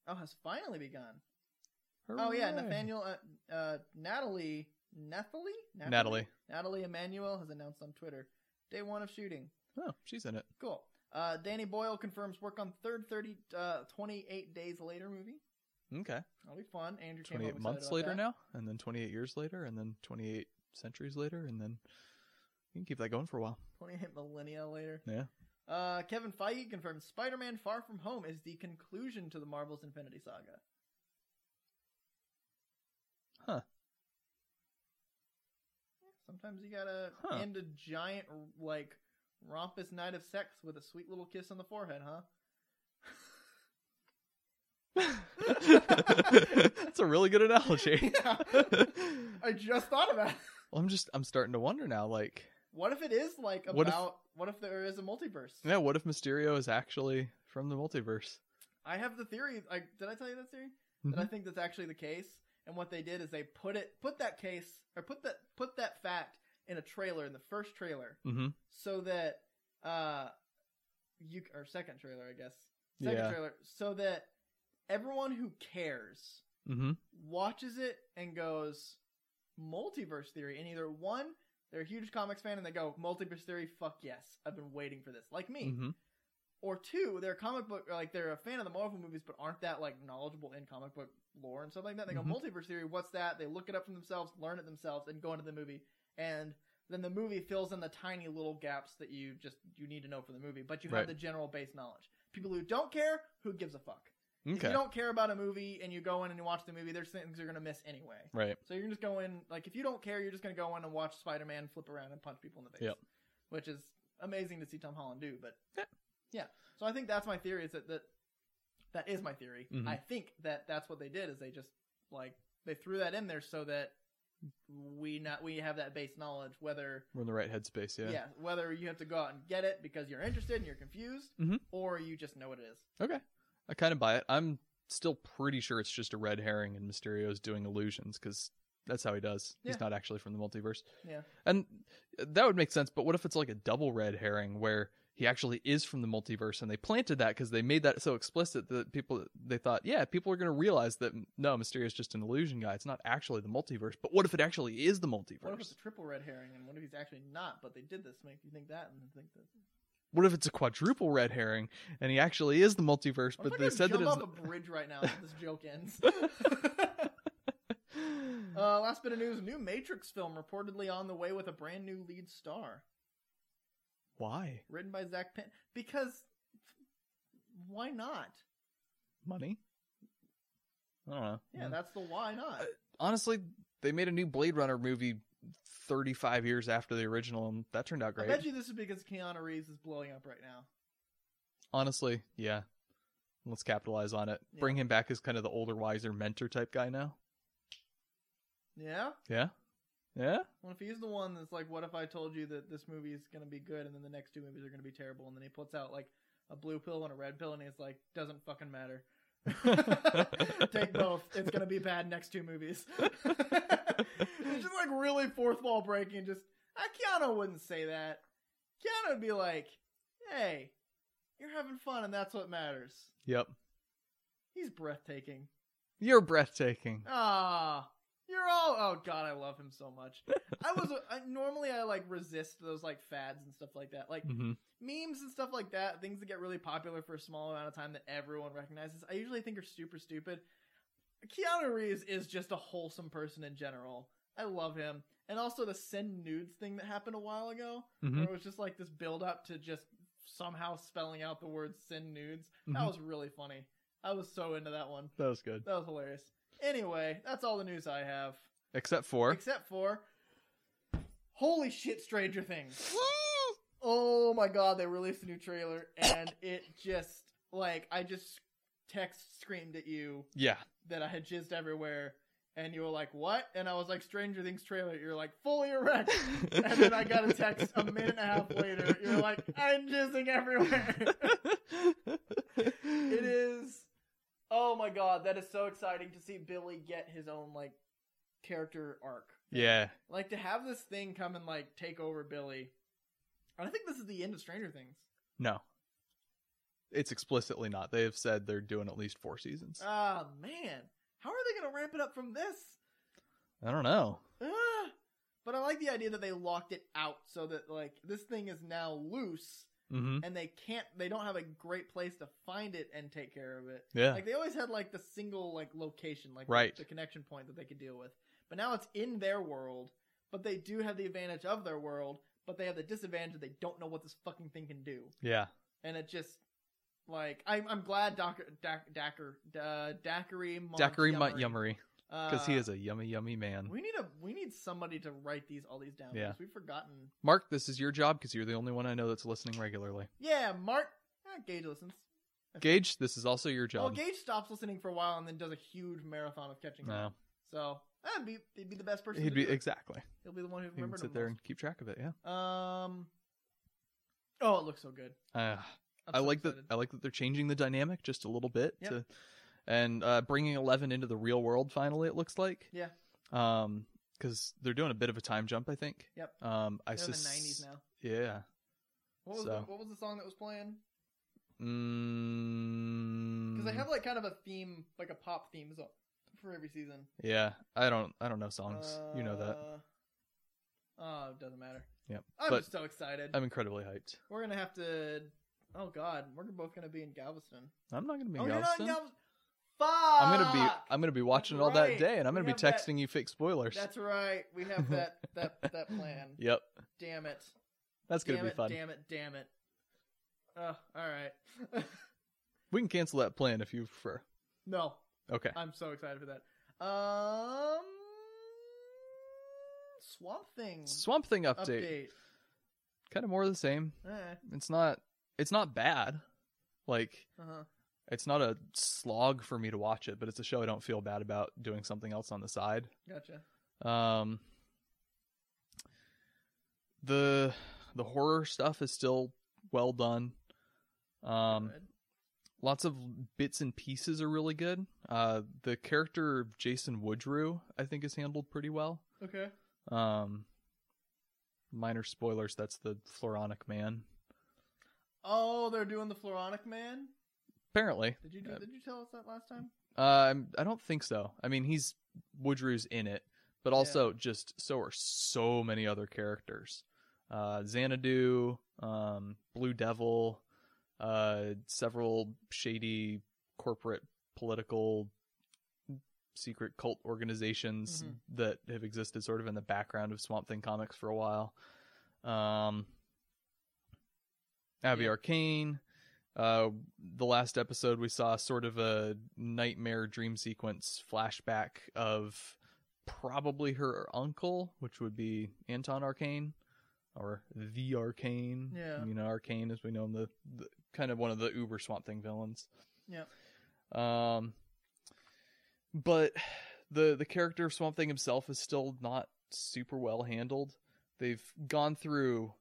[SPEAKER 2] Oh, has finally begun. Oh yeah,
[SPEAKER 1] Hooray.
[SPEAKER 2] Nathaniel, uh, uh, Natalie, Nathalie,
[SPEAKER 1] Natalie.
[SPEAKER 2] Natalie Emanuel has announced on Twitter day one of shooting.
[SPEAKER 1] Oh, she's in it.
[SPEAKER 2] Cool. Uh, Danny Boyle confirms work on third 30, uh, 28 days later movie.
[SPEAKER 1] Okay.
[SPEAKER 2] That'll be fun. Andrew, came
[SPEAKER 1] 28
[SPEAKER 2] home
[SPEAKER 1] months
[SPEAKER 2] excited
[SPEAKER 1] later
[SPEAKER 2] about that.
[SPEAKER 1] now, and then 28 years later, and then 28 centuries later, and then you can keep that going for a while.
[SPEAKER 2] 28 millennia later.
[SPEAKER 1] Yeah.
[SPEAKER 2] Uh, Kevin Feige confirms Spider-Man: Far From Home is the conclusion to the Marvel's Infinity Saga.
[SPEAKER 1] Huh.
[SPEAKER 2] Yeah, Sometimes you gotta
[SPEAKER 1] Huh.
[SPEAKER 2] end a giant like rompous night of sex with a sweet little kiss on the forehead, huh?
[SPEAKER 1] That's a really good analogy.
[SPEAKER 2] yeah.
[SPEAKER 1] well,
[SPEAKER 2] I just thought about it.
[SPEAKER 1] I'm just I'm starting to wonder now. Like,
[SPEAKER 2] What if it is like about
[SPEAKER 1] What if-
[SPEAKER 2] what if there is a multiverse?
[SPEAKER 1] yeah, what if Mysterio is actually from the multiverse?
[SPEAKER 2] I have the theory. I, did I tell you that theory? That
[SPEAKER 1] Mm-hmm.
[SPEAKER 2] I think that's actually the case. And what they did is they put it, put that case, or put that, put that fact in a trailer, in the first trailer,
[SPEAKER 1] Mm-hmm.
[SPEAKER 2] so that, uh, you or second trailer, I guess, second
[SPEAKER 1] Yeah.
[SPEAKER 2] trailer, so that everyone who cares
[SPEAKER 1] Mm-hmm.
[SPEAKER 2] watches it and goes multiverse theory, and either one, they're a huge comics fan and they go multiverse theory, fuck yes, I've been waiting for this, like me
[SPEAKER 1] Mm-hmm.
[SPEAKER 2] or two, they're a comic book or, like they're a fan of the Marvel movies, but aren't that like knowledgeable in comic book lore and stuff like that. They go
[SPEAKER 1] Mhm.
[SPEAKER 2] multiverse theory, what's that? They look it up for themselves, learn it themselves, and go into the movie. And then the movie fills in the tiny little gaps that you just you need to know for the movie, but you have
[SPEAKER 1] Right.
[SPEAKER 2] the general base knowledge. People who don't care, who gives a fuck? If
[SPEAKER 1] Okay.
[SPEAKER 2] you don't care about a movie and you go in and you watch the movie, there's things you're gonna miss anyway.
[SPEAKER 1] Right.
[SPEAKER 2] So you're just go in like if you don't care, you're just gonna go in and watch Spider Man flip around and punch people in the face.
[SPEAKER 1] Yep.
[SPEAKER 2] Which is amazing to see Tom Holland do, but
[SPEAKER 1] Yeah.
[SPEAKER 2] yeah. So I think that's my theory is that that, that is my theory.
[SPEAKER 1] Mhm.
[SPEAKER 2] I think that that's what they did is they just like they threw that in there so that we not we have that base knowledge whether
[SPEAKER 1] We're in the right headspace.
[SPEAKER 2] yeah,
[SPEAKER 1] Yeah.
[SPEAKER 2] whether you have to go out and get it because you're interested and you're confused
[SPEAKER 1] Mhm.
[SPEAKER 2] or you just know what it is.
[SPEAKER 1] Okay. I kind of buy it. I'm still pretty sure it's just a red herring and Mysterio's doing illusions because that's how he does.
[SPEAKER 2] Yeah.
[SPEAKER 1] He's not actually from the multiverse.
[SPEAKER 2] Yeah.
[SPEAKER 1] And that would make sense, but what if it's like a double red herring where he actually is from the multiverse and they planted that because they made that so explicit that people they thought, yeah, people are going to realize that no, Mysterio's just an illusion guy. It's not actually the multiverse. But what if it actually is the multiverse?
[SPEAKER 2] What if it's a triple red herring and what if he's actually not? But they did this to make you think that and think this.
[SPEAKER 1] What if it's a quadruple red herring and he actually is the multiverse,
[SPEAKER 2] I'm
[SPEAKER 1] but they said that it's
[SPEAKER 2] jump off a bridge right now that this joke ends. Uh, last bit of news: new Matrix film reportedly on the way with a brand new lead star,
[SPEAKER 1] Why?
[SPEAKER 2] written by Zach Penn. Because why not?
[SPEAKER 1] Money? I don't know.
[SPEAKER 2] Yeah,
[SPEAKER 1] Mm.
[SPEAKER 2] that's the why not.
[SPEAKER 1] Uh, Honestly, they made a new Blade Runner movie 35 years after the original, and that turned out
[SPEAKER 2] I
[SPEAKER 1] great.
[SPEAKER 2] bet you this is because Keanu Reeves is blowing up right now.
[SPEAKER 1] Honestly, yeah. Let's capitalize on it.
[SPEAKER 2] Yeah.
[SPEAKER 1] Bring him back as kind of the older, wiser mentor type guy now.
[SPEAKER 2] Yeah.
[SPEAKER 1] Yeah? Yeah?
[SPEAKER 2] Well, if he's the one that's like, "What if I told you that this movie is going to be good, and then the next two movies are going to be terrible," and then he puts out like a blue pill and a red pill, and he's like, "Doesn't fucking matter. Take both. It's going to be bad next two movies." it's just like really fourth wall breaking. Just uh, Keanu wouldn't say that. Keanu would be like, "Hey, you're having fun, and that's what matters."
[SPEAKER 1] Yep.
[SPEAKER 2] He's breathtaking.
[SPEAKER 1] You're breathtaking.
[SPEAKER 2] Ah, you're all. Oh God, I love him so much. I was I, normally I like resist those like fads and stuff like that, like
[SPEAKER 1] hmm
[SPEAKER 2] memes and stuff like that. Things that get really popular for a small amount of time that everyone recognizes. I usually think are super stupid. Keanu Reeves is just a wholesome person in general. I love him, and also the send nudes thing that happened a while ago,
[SPEAKER 1] hmm
[SPEAKER 2] where it was just like this build up to just somehow spelling out the word send nudes. That
[SPEAKER 1] Mhm.
[SPEAKER 2] was really funny. I was so into that one.
[SPEAKER 1] That was good.
[SPEAKER 2] That was hilarious. Anyway, that's all the news I have.
[SPEAKER 1] Except for.
[SPEAKER 2] Except for Holy shit, Stranger Things. Oh my god, they released a new trailer and it just like I just text screamed at you
[SPEAKER 1] yeah.
[SPEAKER 2] that I had jizzed everywhere and you were like, What? And I was like, Stranger Things trailer, you're like fully erect and then I got a text a minute and a half later, you're like, I'm jizzing everywhere. it is oh my god that is so exciting to see billy get his own like character arc
[SPEAKER 1] Yeah.
[SPEAKER 2] like to have this thing come and like take over billy and i think this is the end of stranger things
[SPEAKER 1] No. It's explicitly not. They have said they're doing at least four seasons.
[SPEAKER 2] ah man how are they gonna ramp it up from this
[SPEAKER 1] I don't know.
[SPEAKER 2] ah! but i like the idea that they locked it out so that like this thing is now loose
[SPEAKER 1] hmm
[SPEAKER 2] and they can't they don't have a great place to find it and take care of it
[SPEAKER 1] Yeah.
[SPEAKER 2] Like they always had like the single like location, like the-
[SPEAKER 1] Right.
[SPEAKER 2] the, connection point that they could deal with. But now it's in their world, but they do have the advantage of their world, but they have the disadvantage that they don't know what this fucking thing can do.
[SPEAKER 1] yeah.
[SPEAKER 2] And it just like I'm I'm glad Docker Dac, Dacker uh, Daiquiri Mont
[SPEAKER 1] Daiquiri Mutt Yummery, because he
[SPEAKER 2] uh,
[SPEAKER 1] is a yummy, yummy man.
[SPEAKER 2] We need a we need somebody to write these all these down.
[SPEAKER 1] Yeah.
[SPEAKER 2] because We've forgotten.
[SPEAKER 1] Mark, this is your job because you're the only one I know that's listening regularly.
[SPEAKER 2] Yeah, Mark eh, Gage listens.
[SPEAKER 1] Gage, this is also your
[SPEAKER 2] Well,
[SPEAKER 1] job.
[SPEAKER 2] Gage stops listening for a while and then does a huge marathon of catching up.
[SPEAKER 1] no,
[SPEAKER 2] So that'd be he'd be the best person.
[SPEAKER 1] he'd
[SPEAKER 2] to
[SPEAKER 1] be
[SPEAKER 2] do it.
[SPEAKER 1] exactly.
[SPEAKER 2] He'll be the one who
[SPEAKER 1] He can
[SPEAKER 2] remembered
[SPEAKER 1] sit
[SPEAKER 2] him
[SPEAKER 1] there
[SPEAKER 2] most.
[SPEAKER 1] and keep track of it. Yeah.
[SPEAKER 2] Um. Oh, it looks so good.
[SPEAKER 1] Uh,
[SPEAKER 2] I'm
[SPEAKER 1] I
[SPEAKER 2] so
[SPEAKER 1] like that.
[SPEAKER 2] excited.
[SPEAKER 1] I like that they're changing the dynamic just a little bit,
[SPEAKER 2] Yeah.
[SPEAKER 1] to, and uh, bringing Eleven into the real world finally. It looks like.
[SPEAKER 2] Yeah.
[SPEAKER 1] Um, because they're doing a bit of a time jump. I think.
[SPEAKER 2] Yep.
[SPEAKER 1] Um, I
[SPEAKER 2] They're in the
[SPEAKER 1] sus-
[SPEAKER 2] nineties now.
[SPEAKER 1] Yeah.
[SPEAKER 2] What was
[SPEAKER 1] so-
[SPEAKER 2] the, what was the song that was playing?
[SPEAKER 1] Mm,
[SPEAKER 2] Because
[SPEAKER 1] Mm-hmm.
[SPEAKER 2] they have like kind of a theme, like a pop theme so- for every season.
[SPEAKER 1] yeah, I don't. I don't know songs. you know that.
[SPEAKER 2] Uh, Oh, it doesn't matter.
[SPEAKER 1] Yep.
[SPEAKER 2] I'm
[SPEAKER 1] But-
[SPEAKER 2] just so excited.
[SPEAKER 1] I'm incredibly hyped.
[SPEAKER 2] We're gonna have to. Oh God, we're both gonna be in Galveston.
[SPEAKER 1] I'm not gonna be.
[SPEAKER 2] oh,
[SPEAKER 1] Galveston.
[SPEAKER 2] you're not in Galveston. Fuck.
[SPEAKER 1] I'm gonna be I'm gonna be watching it all
[SPEAKER 2] right.
[SPEAKER 1] that day, and I'm gonna
[SPEAKER 2] We
[SPEAKER 1] be
[SPEAKER 2] have that-
[SPEAKER 1] texting you fake spoilers.
[SPEAKER 2] That's right. We have that that that plan.
[SPEAKER 1] Yep,
[SPEAKER 2] Damn it.
[SPEAKER 1] that's gonna
[SPEAKER 2] damn
[SPEAKER 1] be
[SPEAKER 2] it,
[SPEAKER 1] fun.
[SPEAKER 2] Damn it, damn it. Ugh, all right.
[SPEAKER 1] We can cancel that plan if you prefer.
[SPEAKER 2] no,
[SPEAKER 1] Okay,
[SPEAKER 2] I'm so excited for that. Um, Swamp Thing
[SPEAKER 1] Swamp Thing update,
[SPEAKER 2] update.
[SPEAKER 1] kind of more of the same.
[SPEAKER 2] Eh,
[SPEAKER 1] It's not it's not bad. Like
[SPEAKER 2] uh-huh.
[SPEAKER 1] it's not a slog for me to watch it, but it's a show I don't feel bad about doing something else on the side.
[SPEAKER 2] Gotcha.
[SPEAKER 1] Um, the the horror stuff is still well done. Um,
[SPEAKER 2] Good.
[SPEAKER 1] lots of bits and pieces are really good. Uh, the character of Jason Woodrue, I think, is handled pretty well.
[SPEAKER 2] okay.
[SPEAKER 1] Um, minor spoilers. That's the Floronic Man.
[SPEAKER 2] Oh, they're doing the Floronic Man.
[SPEAKER 1] Apparently,
[SPEAKER 2] Did you do,
[SPEAKER 1] Uh,
[SPEAKER 2] did you tell us that last time?
[SPEAKER 1] uh, I'm- I don't think so. I mean, he's Woodrue's in it, but also just so are so many other characters. Uh, Xanadu, um, Blue Devil, uh, several shady corporate political secret cult organizations
[SPEAKER 2] Mhm.
[SPEAKER 1] that have existed sort of in the background of Swamp Thing comics for a while. Um, Abby
[SPEAKER 2] Yeah.
[SPEAKER 1] Arcane. Uh, the last episode we saw sort of a nightmare dream sequence flashback of probably her uncle, which would be Anton Arcane or the Arcane.
[SPEAKER 2] Yeah.
[SPEAKER 1] You know, Arcane as we know him, the, the kind of one of the Uber Swamp Thing villains.
[SPEAKER 2] Yep.
[SPEAKER 1] Um, but the the character of Swamp Thing himself is still not super well handled. They've gone through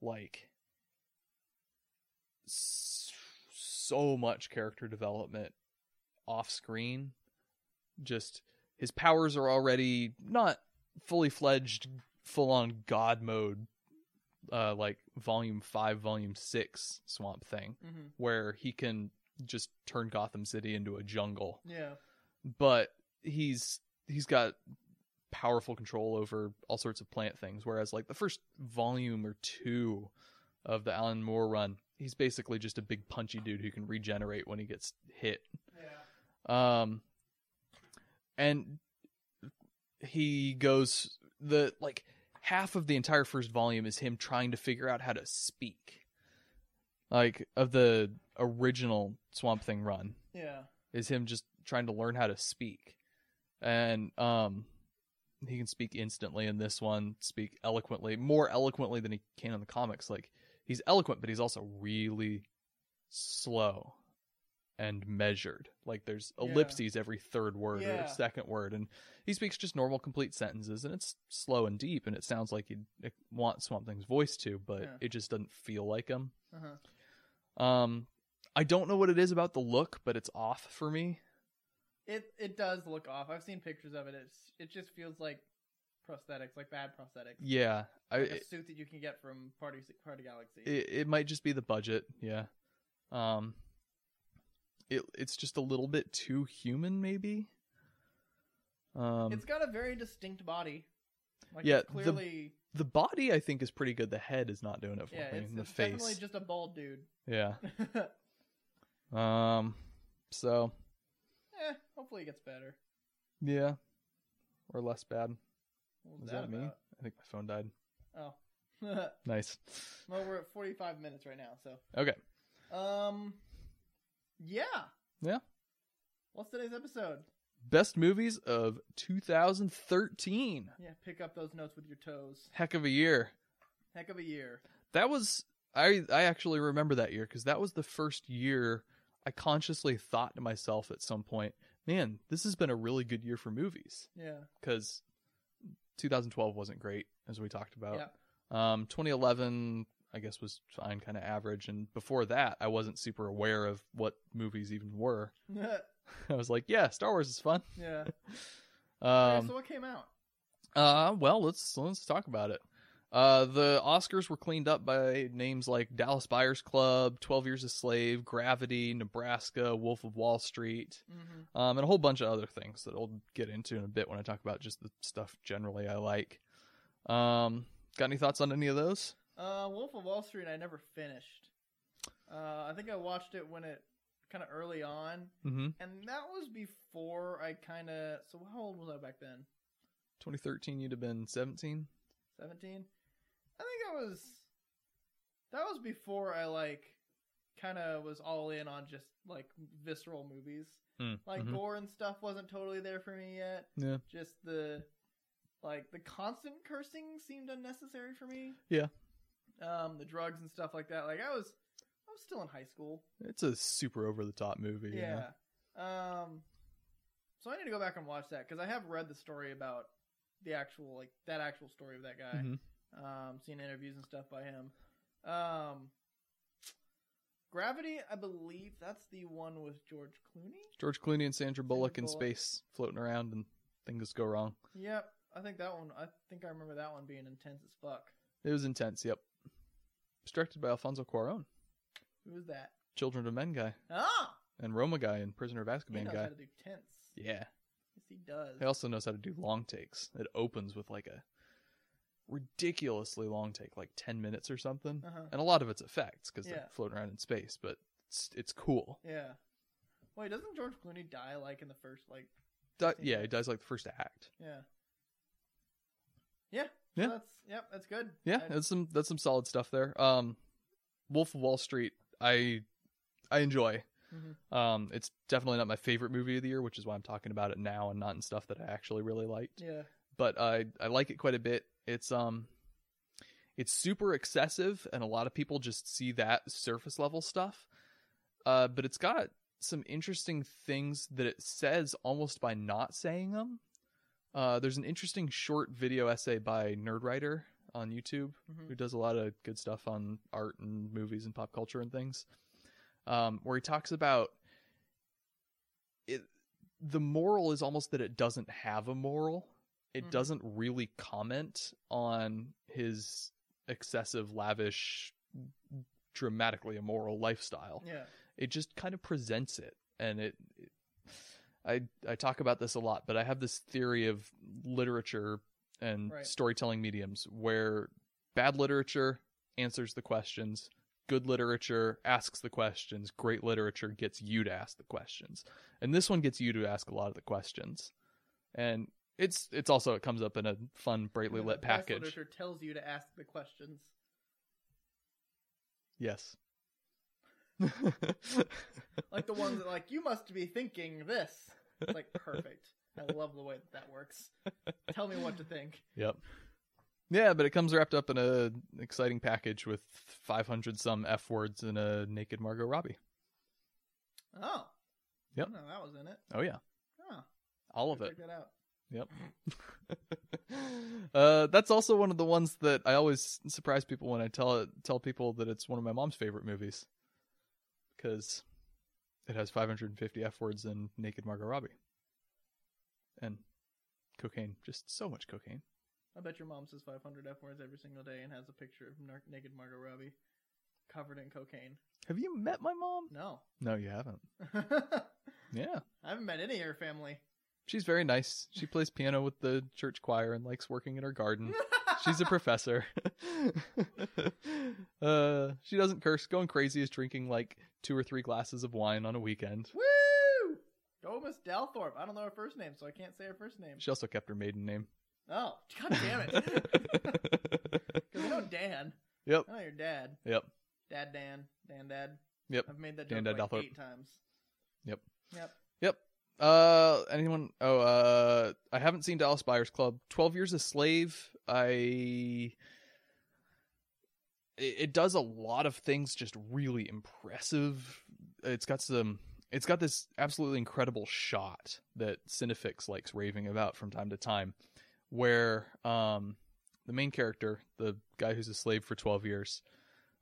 [SPEAKER 1] like s- so much character development off screen. Just his powers are already not fully fledged, full on god mode, uh, like volume five, volume six Swamp Thing
[SPEAKER 2] hmm
[SPEAKER 1] where he can just turn Gotham City into a jungle.
[SPEAKER 2] Yeah.
[SPEAKER 1] But he's he's got powerful control over all sorts of plant things. Whereas like the first volume or two of the Alan Moore run, he's basically just a big punchy dude who can regenerate when he gets hit.
[SPEAKER 2] Yeah.
[SPEAKER 1] Um and he goes the like half of the entire first volume is him trying to figure out how to speak. Like of the original Swamp Thing run
[SPEAKER 2] Yeah.
[SPEAKER 1] is him just trying to learn how to speak. And um he can speak instantly in this one, speak eloquently, more eloquently than he can in the comics. Like he's eloquent, but he's also really slow and measured. Like there's
[SPEAKER 2] Yeah.
[SPEAKER 1] ellipses every third word
[SPEAKER 2] Yeah.
[SPEAKER 1] or second word and he speaks just normal complete sentences and it's slow and deep and it sounds like you'd eh, want Swamp Thing's voice to, but
[SPEAKER 2] Yeah.
[SPEAKER 1] it just doesn't feel like him.
[SPEAKER 2] Uh-huh.
[SPEAKER 1] Um I don't know what it is about the look, but it's off for me.
[SPEAKER 2] It it does look off. I've seen pictures of it. It's it just feels like prosthetics, like bad prosthetics.
[SPEAKER 1] Yeah, I,
[SPEAKER 2] Like a
[SPEAKER 1] it,
[SPEAKER 2] suit that you can get from Party Party Galaxy.
[SPEAKER 1] it might just be the budget. Yeah, um, it it's just a little bit too human, maybe. Um,
[SPEAKER 2] it's got a very distinct body. Like
[SPEAKER 1] Yeah,
[SPEAKER 2] it's
[SPEAKER 1] the-
[SPEAKER 2] clearly
[SPEAKER 1] the body I think is pretty good. The head is not doing it for
[SPEAKER 2] yeah,
[SPEAKER 1] me.
[SPEAKER 2] it's,
[SPEAKER 1] and the
[SPEAKER 2] it's definitely
[SPEAKER 1] face,
[SPEAKER 2] just a bald dude.
[SPEAKER 1] yeah.
[SPEAKER 2] eh,
[SPEAKER 1] Um, so
[SPEAKER 2] hopefully it gets better.
[SPEAKER 1] yeah, or less bad.
[SPEAKER 2] What
[SPEAKER 1] Is that me?
[SPEAKER 2] about?
[SPEAKER 1] I think my phone died.
[SPEAKER 2] Oh. well,
[SPEAKER 1] Nice.
[SPEAKER 2] we're at 45 minutes right now, so.
[SPEAKER 1] Okay.
[SPEAKER 2] Um yeah.
[SPEAKER 1] Yeah.
[SPEAKER 2] What's today's episode?
[SPEAKER 1] Best movies of 2013.
[SPEAKER 2] Yeah, pick up those notes with your toes.
[SPEAKER 1] Heck of a year.
[SPEAKER 2] Heck of a year.
[SPEAKER 1] that was I I actually remember that year because that was the first year I consciously thought to myself at some point, man, this has been a really good year for movies
[SPEAKER 2] Yeah.
[SPEAKER 1] because 2012 wasn't great as we talked about.
[SPEAKER 2] Yeah.
[SPEAKER 1] Um, 2011 I guess was fine, kind of average, and before that I wasn't super aware of what movies even were. I was like, yeah, Star Wars is fun.
[SPEAKER 2] yeah.
[SPEAKER 1] Um,
[SPEAKER 2] Okay, so what came out?
[SPEAKER 1] Uh, well, let's let's talk about it. Uh, the Oscars were cleaned up by names like Dallas Buyers Club, Twelve Years a Slave, Gravity, Nebraska, Wolf of Wall Street,
[SPEAKER 2] Mm-hmm.
[SPEAKER 1] um, and a whole bunch of other things that I'll get into in a bit when I talk about just the stuff generally I like. Um, got any thoughts on any of those?
[SPEAKER 2] Uh, Wolf of Wall Street. I never finished. Uh, I think I watched it when it kind of early on,
[SPEAKER 1] Mm-hmm.
[SPEAKER 2] and that was before I kind of. So how old was I back then?
[SPEAKER 1] 2013, you'd have been 17.
[SPEAKER 2] Seventeen. I think I was. That was before I like, kind of was all in on just like visceral movies. Like
[SPEAKER 1] Mhm.
[SPEAKER 2] gore and stuff wasn't totally there for me yet.
[SPEAKER 1] Yeah.
[SPEAKER 2] Just the like the constant cursing seemed unnecessary for me.
[SPEAKER 1] Yeah.
[SPEAKER 2] Um, the drugs and stuff like that. Like I was I was still in high school.
[SPEAKER 1] it's a super over the top movie. you know?
[SPEAKER 2] Yeah. Um so I need to go back and watch that because I have read the story about the actual like that actual story of that guy.
[SPEAKER 1] Mhm.
[SPEAKER 2] Um, seen interviews and stuff by him. Um Gravity, I believe that's the one with George Clooney.
[SPEAKER 1] George Clooney and Sandra Bullock in
[SPEAKER 2] Bullock.
[SPEAKER 1] space floating around and things go wrong.
[SPEAKER 2] Yep, I think that one. I think I remember that one being intense as fuck.
[SPEAKER 1] It was intense. Yep. It's directed by Alfonso Cuarón,
[SPEAKER 2] Who was that?
[SPEAKER 1] Children of Men guy,
[SPEAKER 2] Ah,
[SPEAKER 1] and Roma guy, and Prisoner of
[SPEAKER 2] he
[SPEAKER 1] Azkaban
[SPEAKER 2] knows
[SPEAKER 1] guy.
[SPEAKER 2] how to do tense.
[SPEAKER 1] Yeah.
[SPEAKER 2] Yes, he does.
[SPEAKER 1] He also knows how to do long takes. It opens with like a ridiculously long take, like ten minutes or something,
[SPEAKER 2] Uh-huh.
[SPEAKER 1] and a lot of it's effects because
[SPEAKER 2] Yeah.
[SPEAKER 1] they're floating around in space. But it's it's cool.
[SPEAKER 2] Yeah. Wait, doesn't George Clooney die like in the first like
[SPEAKER 1] di-
[SPEAKER 2] 16
[SPEAKER 1] yeah, he
[SPEAKER 2] minutes.
[SPEAKER 1] dies like the first act.
[SPEAKER 2] Yeah. Yeah. so
[SPEAKER 1] Yeah.
[SPEAKER 2] that's yep. That's good.
[SPEAKER 1] Yeah,
[SPEAKER 2] I-
[SPEAKER 1] that's some that's some solid stuff there. Um, Wolf of Wall Street, I I enjoy.
[SPEAKER 2] Mhm.
[SPEAKER 1] Um, it's definitely not my favorite movie of the year, which is why I'm talking about it now and not in stuff that I actually really liked.
[SPEAKER 2] Yeah.
[SPEAKER 1] But I I like it quite a bit. It's um, it's super excessive, and a lot of people just see that surface level stuff. Uh, but it's got some interesting things that it says almost by not saying them. Uh, there's an interesting short video essay by Nerdwriter on YouTube
[SPEAKER 2] Mhm.
[SPEAKER 1] who does a lot of good stuff on art and movies and pop culture and things, um, where he talks about it. The moral is almost that it doesn't have a moral. It
[SPEAKER 2] Mhm.
[SPEAKER 1] doesn't really comment on his excessive, lavish, dramatically immoral lifestyle
[SPEAKER 2] Yeah.
[SPEAKER 1] it just kind of presents it and it, it- I I talk about this a lot but I have this theory of literature and
[SPEAKER 2] Right.
[SPEAKER 1] storytelling mediums where bad literature answers the questions good literature asks the questions great literature gets you to ask the questions and this one gets you to ask a lot of the questions and it's it's also it comes up in a fun brightly
[SPEAKER 2] And then
[SPEAKER 1] lit
[SPEAKER 2] the best
[SPEAKER 1] package
[SPEAKER 2] Literature tells you to ask the questions.
[SPEAKER 1] yes
[SPEAKER 2] like the ones that like you must be thinking this it's like perfect i love the way that, that works tell me what to think
[SPEAKER 1] Yep. Yeah, but it comes wrapped up in a exciting package with 500 some F words and a naked Margot Robbie.
[SPEAKER 2] oh
[SPEAKER 1] Yep.
[SPEAKER 2] no that was in it
[SPEAKER 1] Oh yeah,
[SPEAKER 2] oh
[SPEAKER 1] all of
[SPEAKER 2] go
[SPEAKER 1] it.
[SPEAKER 2] check that out
[SPEAKER 1] Yep. uh, that's also one of the ones that I always surprise people when I tell it, tell people that it's one of my mom's favorite movies because it has 550 F words and naked Margot Robbie and cocaine, just so much cocaine.
[SPEAKER 2] i bet your mom says 500 f words every single day and has a picture of nar- naked margot robbie covered in cocaine
[SPEAKER 1] Have you met my mom?
[SPEAKER 2] no
[SPEAKER 1] No, you haven't.
[SPEAKER 2] i
[SPEAKER 1] Yeah.
[SPEAKER 2] haven't met any of your family
[SPEAKER 1] She's very nice. She plays piano with the church choir and likes working in her garden. Mm. She's a professor. uh, she doesn't curse. Going crazy is drinking like two or three glasses of wine on a weekend.
[SPEAKER 2] woo go miss dalthorpe i don't know her first name so i can't say her first name
[SPEAKER 1] She also kept her maiden name.
[SPEAKER 2] oh god damn it 'Cause i know dan
[SPEAKER 1] yep.
[SPEAKER 2] i know your dad
[SPEAKER 1] Yep.
[SPEAKER 2] Dad Dan, Dan Dad.
[SPEAKER 1] Yep.
[SPEAKER 2] I've made that
[SPEAKER 1] Dan
[SPEAKER 2] joke
[SPEAKER 1] Dad
[SPEAKER 2] like
[SPEAKER 1] Dalthorpe.
[SPEAKER 2] eight times.
[SPEAKER 1] Yep.
[SPEAKER 2] Yep.
[SPEAKER 1] Uh, anyone? Oh, uh, I haven't seen Dallas Buyers Club. Twelve Years a Slave. I. It, it does a lot of things just really impressive. It's got some. It's got this absolutely incredible shot that Cinefix likes raving about from time to time, where um, the main character, the guy who's a slave for twelve years,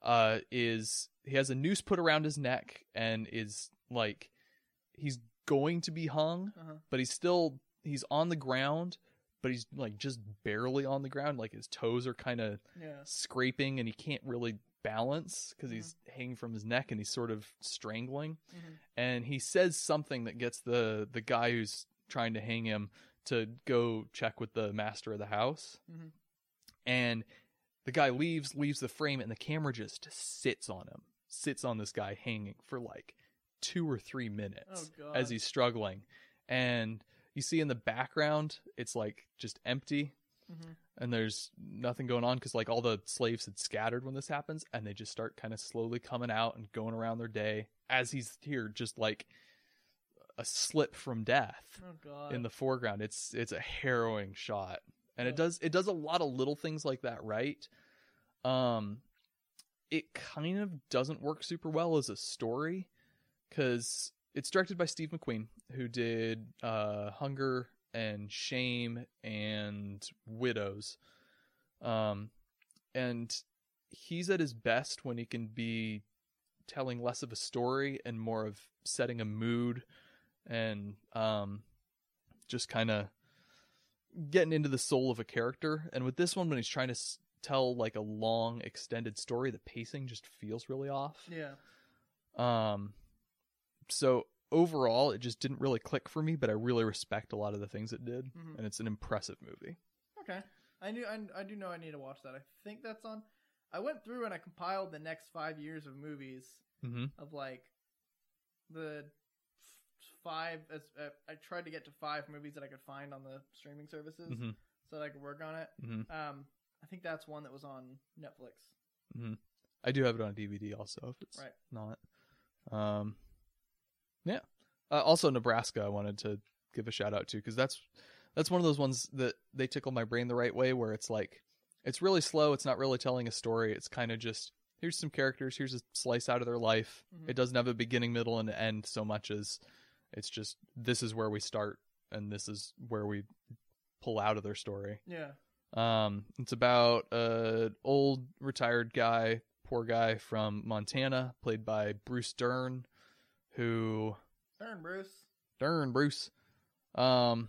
[SPEAKER 1] uh, is he has a noose put around his neck and is like he's going to be hung,
[SPEAKER 2] Uh-huh.
[SPEAKER 1] but he's still he's on the ground, but he's like just barely on the ground, like his toes are kind of
[SPEAKER 2] Yeah.
[SPEAKER 1] scraping and he can't really balance because he's hanging from his neck and he's sort of strangling.
[SPEAKER 2] Mhm.
[SPEAKER 1] And he says something that gets the the guy who's trying to hang him to go check with the master of the house.
[SPEAKER 2] Mhm.
[SPEAKER 1] And the guy leaves, leaves the frame, and the camera just sits on him, sits on this guy hanging for like two or three minutes
[SPEAKER 2] Oh god.
[SPEAKER 1] as he's struggling. And you see in the background, it's like just empty
[SPEAKER 2] Mhm.
[SPEAKER 1] and there's nothing going on because like all the slaves had scattered when this happens and they just start kind of slowly coming out and going around their day as he's here just like a slip from death
[SPEAKER 2] Oh god.
[SPEAKER 1] in the foreground it's it's a harrowing shot and
[SPEAKER 2] Yeah.
[SPEAKER 1] it does it does a lot of little things like that right um it kind of doesn't work super well as a story because it's directed by steve mcqueen who did uh hunger and shame and widows um and he's at his best when he can be telling less of a story and more of setting a mood and um just kind of getting into the soul of a character and with this one when he's trying to s- tell like a long extended story the pacing just feels really off
[SPEAKER 2] yeah.
[SPEAKER 1] um so overall it just didn't really click for me but i really respect a lot of the things it did
[SPEAKER 2] Mhm.
[SPEAKER 1] and it's an impressive movie
[SPEAKER 2] Okay. I knew. I, I do know. I need to watch that. I think that's on. I went through and I compiled the next five years of movies
[SPEAKER 1] mm-hmm.
[SPEAKER 2] of like the f- five. As uh, I tried to get to five movies that I could find on the streaming services,
[SPEAKER 1] Mhm.
[SPEAKER 2] so that I could work on it.
[SPEAKER 1] Mhm.
[SPEAKER 2] Um, I think that's one that was on Netflix.
[SPEAKER 1] I do have it on DVD also if it's
[SPEAKER 2] Right.
[SPEAKER 1] not. Um yeah. Uh, also Nebraska I wanted to give a shout out to cuz that's that's one of those ones that they tickle my brain the right way where it's like it's really slow, it's not really telling a story, it's kind of just here's some characters, here's a slice out of their life.
[SPEAKER 2] Mhm.
[SPEAKER 1] It doesn't have a beginning, middle and end so much as it's just this is where we start and this is where we pull out of their story.
[SPEAKER 2] Yeah.
[SPEAKER 1] Um, it's about an old retired guy, poor guy from Montana, played by Bruce Dern, who
[SPEAKER 2] Darn, Bruce.
[SPEAKER 1] Dern Bruce. Um,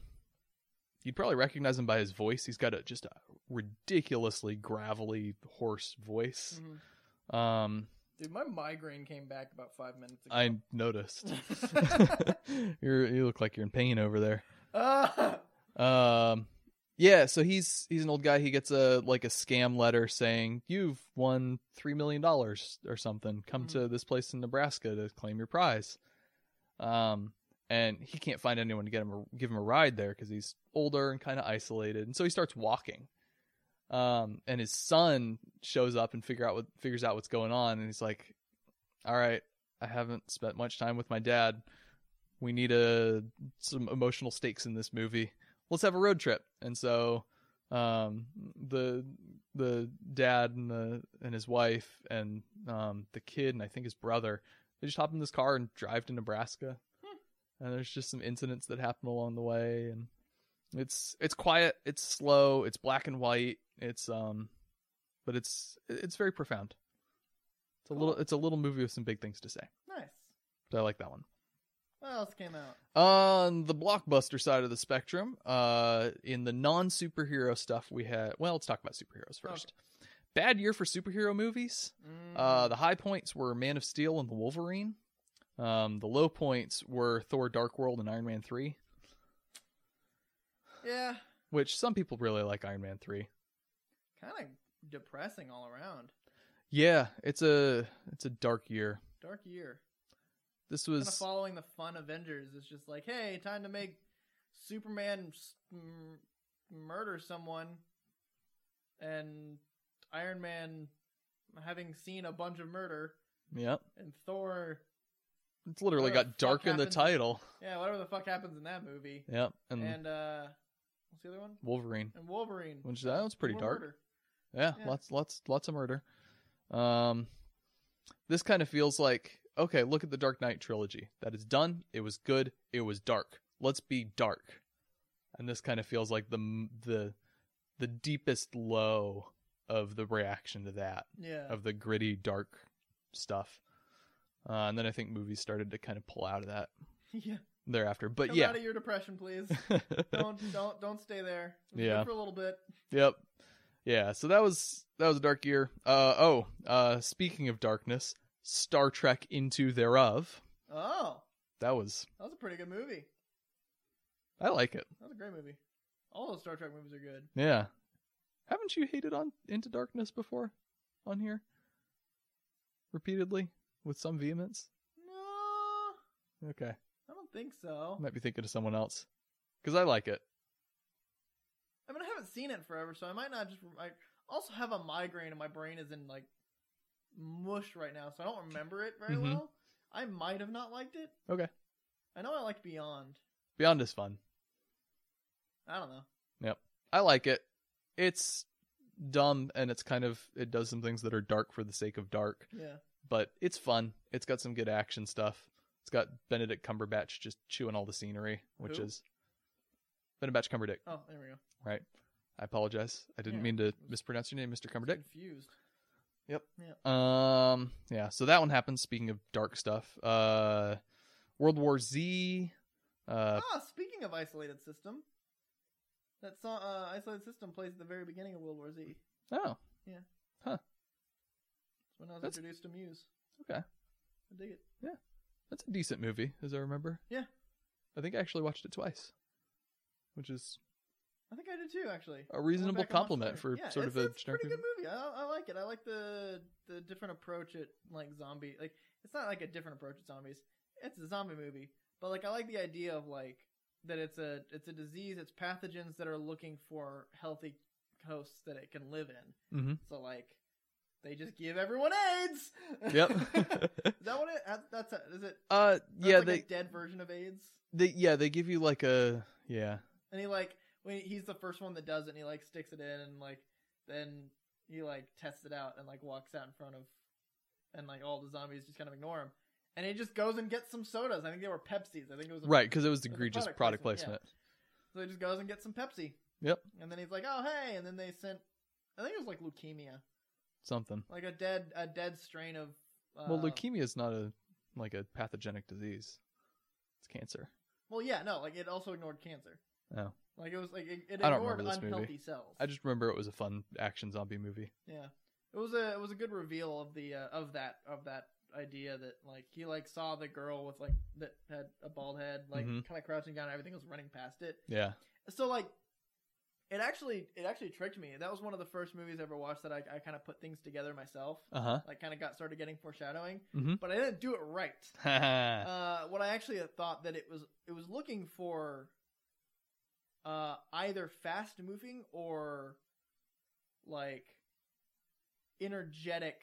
[SPEAKER 1] you'd probably recognize him by his voice. He's got a just a ridiculously gravelly hoarse voice.
[SPEAKER 2] Mhm.
[SPEAKER 1] Um,
[SPEAKER 2] Dude, my migraine came back about five minutes ago.
[SPEAKER 1] I noticed. you're you look like you're in pain over there.
[SPEAKER 2] Ah!
[SPEAKER 1] Um, yeah, so he's he's an old guy. He gets a like a scam letter saying you've won three million dollars or something. Come
[SPEAKER 2] Mhm.
[SPEAKER 1] to this place in Nebraska to claim your prize. Um, and he can't find anyone to get him a, give him a ride there because he's older and kind of isolated. And so he starts walking. Um, and his son shows up and figure out what figures out what's going on, and he's like, "All right, I haven't spent much time with my dad. We need a some emotional stakes in this movie. Let's have a road trip." And so, um, the the dad and the and his wife and um the kid and I think his brother they just hop in this car and drive to Nebraska.
[SPEAKER 2] Hmm.
[SPEAKER 1] And there's just some incidents that happen along the way, and it's it's quiet, it's slow, it's black and white, it's um, but it's it's very profound. It's a little
[SPEAKER 2] Cool.
[SPEAKER 1] it's a little movie with some big things to say.
[SPEAKER 2] nice.
[SPEAKER 1] But I like that one.
[SPEAKER 2] What else came out?
[SPEAKER 1] On the blockbuster side of the spectrum, uh, in the non superhero stuff, we had well, let's talk about superheroes
[SPEAKER 2] Okay.
[SPEAKER 1] first. Bad year for superhero movies.
[SPEAKER 2] Mm,
[SPEAKER 1] Uh, the high points were Man of Steel and the Wolverine. Um, the low points were Thor: Dark World and Iron Man three,
[SPEAKER 2] yeah,
[SPEAKER 1] which some people really like Iron Man three.
[SPEAKER 2] kind of depressing all around.
[SPEAKER 1] Yeah, it's a it's a dark year.
[SPEAKER 2] Dark year.
[SPEAKER 1] This
[SPEAKER 2] Kind of
[SPEAKER 1] was
[SPEAKER 2] following the fun Avengers is just like, hey, time to make Superman s- m- murder someone, and Iron Man having seen a bunch of murder,
[SPEAKER 1] yeah,
[SPEAKER 2] and Thor,
[SPEAKER 1] it's literally
[SPEAKER 2] Whatever
[SPEAKER 1] got
[SPEAKER 2] the fuck
[SPEAKER 1] dark in the
[SPEAKER 2] happened.
[SPEAKER 1] title.
[SPEAKER 2] yeah, whatever the fuck happens in that movie,
[SPEAKER 1] Yeah, and,
[SPEAKER 2] and uh, what's the other one?
[SPEAKER 1] Wolverine,
[SPEAKER 2] And Wolverine,
[SPEAKER 1] which that was pretty
[SPEAKER 2] More
[SPEAKER 1] dark.
[SPEAKER 2] murder.
[SPEAKER 1] Yeah,
[SPEAKER 2] Yeah.
[SPEAKER 1] lots lots lots of murder. Um this kind of feels like okay, look at the Dark Knight trilogy. That is done. It was good. It was dark. Let's be dark. And this kind of feels like the m- the the deepest low of the reaction to that
[SPEAKER 2] Yeah,
[SPEAKER 1] of the gritty dark stuff. Uh, and then I think movies started to kind of pull out of that
[SPEAKER 2] yeah.
[SPEAKER 1] thereafter. But
[SPEAKER 2] Come
[SPEAKER 1] yeah.
[SPEAKER 2] out of your depression, please. don't don't don't stay there. It was
[SPEAKER 1] Yeah.
[SPEAKER 2] good for a little bit.
[SPEAKER 1] Yep. Yeah, so that was that was a dark year. Uh oh, uh speaking of darkness, Star Trek Into Thereof.
[SPEAKER 2] Oh,
[SPEAKER 1] That was
[SPEAKER 2] that was a pretty good movie.
[SPEAKER 1] I like it.
[SPEAKER 2] That was a great movie. All those Star Trek movies are good.
[SPEAKER 1] Yeah. Haven't you hated on Into Darkness before on here? Repeatedly with some vehemence?
[SPEAKER 2] No,
[SPEAKER 1] Okay.
[SPEAKER 2] I don't think so.
[SPEAKER 1] I might be thinking of someone else. Cuz I like it.
[SPEAKER 2] I mean, I haven't seen it in forever, so I might not just. I also have a migraine, and my brain is in like mush right now, so I don't remember it very
[SPEAKER 1] Mhm.
[SPEAKER 2] well. I might have not liked it.
[SPEAKER 1] Okay.
[SPEAKER 2] I know I liked Beyond.
[SPEAKER 1] Beyond is fun.
[SPEAKER 2] I don't know.
[SPEAKER 1] I like it. It's dumb and it's kind of it does some things that are dark for the sake of dark.
[SPEAKER 2] Yeah.
[SPEAKER 1] but it's fun. It's got some good action stuff. It's got Benedict Cumberbatch just chewing all the scenery, which
[SPEAKER 2] Who?
[SPEAKER 1] is Benedict Cumberdick.
[SPEAKER 2] Oh, there we go.
[SPEAKER 1] Right. I apologize. I didn't
[SPEAKER 2] Yeah.
[SPEAKER 1] mean to mispronounce your name, Mr.
[SPEAKER 2] I'm
[SPEAKER 1] Cumberdick.
[SPEAKER 2] Confused.
[SPEAKER 1] Um, yeah. So that one happens. Speaking of dark stuff, uh, World War Z. Uh,
[SPEAKER 2] ah, speaking of isolated system, that song uh, "Isolated System" plays at the very beginning of World War Z. It's
[SPEAKER 1] oh,
[SPEAKER 2] when I was
[SPEAKER 1] That's-
[SPEAKER 2] introduced to Muse.
[SPEAKER 1] Okay.
[SPEAKER 2] I dig it.
[SPEAKER 1] that's a decent movie, as I remember.
[SPEAKER 2] Yeah.
[SPEAKER 1] I think I actually watched it twice, which is
[SPEAKER 2] I think I did too, actually.
[SPEAKER 1] a reasonable
[SPEAKER 2] back and watched
[SPEAKER 1] compliment
[SPEAKER 2] it.
[SPEAKER 1] for
[SPEAKER 2] Yeah,
[SPEAKER 1] sort
[SPEAKER 2] it's,
[SPEAKER 1] of a
[SPEAKER 2] it's pretty
[SPEAKER 1] generic
[SPEAKER 2] good movie. I, I like it. I like the the different approach at like zombie. Like it's not like a different approach at zombies. It's a zombie movie, But like I like the idea of like that it's a it's a disease. It's pathogens that are looking for healthy hosts that it can live in.
[SPEAKER 1] Mhm.
[SPEAKER 2] So like they just give everyone AIDS.
[SPEAKER 1] Yep.
[SPEAKER 2] is that what it? That's a, is it?
[SPEAKER 1] uh,
[SPEAKER 2] That's
[SPEAKER 1] yeah,
[SPEAKER 2] like
[SPEAKER 1] they,
[SPEAKER 2] a dead version of AIDS.
[SPEAKER 1] they, yeah, they give you like a, yeah,
[SPEAKER 2] And he like when he's the first one that does it. and He like sticks it in and like then he like tests it out and like walks out in front of and like all the zombies just kind of ignore him. And he just goes and gets some sodas. I think they were Pepsis. I think it was a
[SPEAKER 1] right, because it was
[SPEAKER 2] It's a
[SPEAKER 1] egregious
[SPEAKER 2] product
[SPEAKER 1] product
[SPEAKER 2] placement,
[SPEAKER 1] placement.
[SPEAKER 2] So he just goes and gets some Pepsi.
[SPEAKER 1] Yep.
[SPEAKER 2] And then he's like, "Oh hey!" And then they sent, I think it was like leukemia,
[SPEAKER 1] Something.
[SPEAKER 2] like a dead a dead strain of. Uh,
[SPEAKER 1] well, leukemia is not a like a pathogenic disease. It's cancer.
[SPEAKER 2] Well, yeah, no, like it also ignored cancer.
[SPEAKER 1] Oh.
[SPEAKER 2] Like it was like it, it
[SPEAKER 1] I don't
[SPEAKER 2] ignored
[SPEAKER 1] remember this movie.
[SPEAKER 2] unhealthy cells.
[SPEAKER 1] I just remember it was a fun action zombie movie.
[SPEAKER 2] Yeah, it was a it was a good reveal of the uh, of that of that idea that like he like saw the girl with like that had a bald head like
[SPEAKER 1] Mhm.
[SPEAKER 2] kind of crouching down and everything was running past it.
[SPEAKER 1] Yeah.
[SPEAKER 2] So like it actually it actually tricked me. That was one of the first movies I ever watched that I, I kind of put things together myself.
[SPEAKER 1] Uh huh.
[SPEAKER 2] Like kind of got started getting foreshadowing,
[SPEAKER 1] Mhm.
[SPEAKER 2] but I didn't do it right.
[SPEAKER 1] yeah.
[SPEAKER 2] Uh, what I actually had thought that it was it was looking for uh, either fast moving or like energetic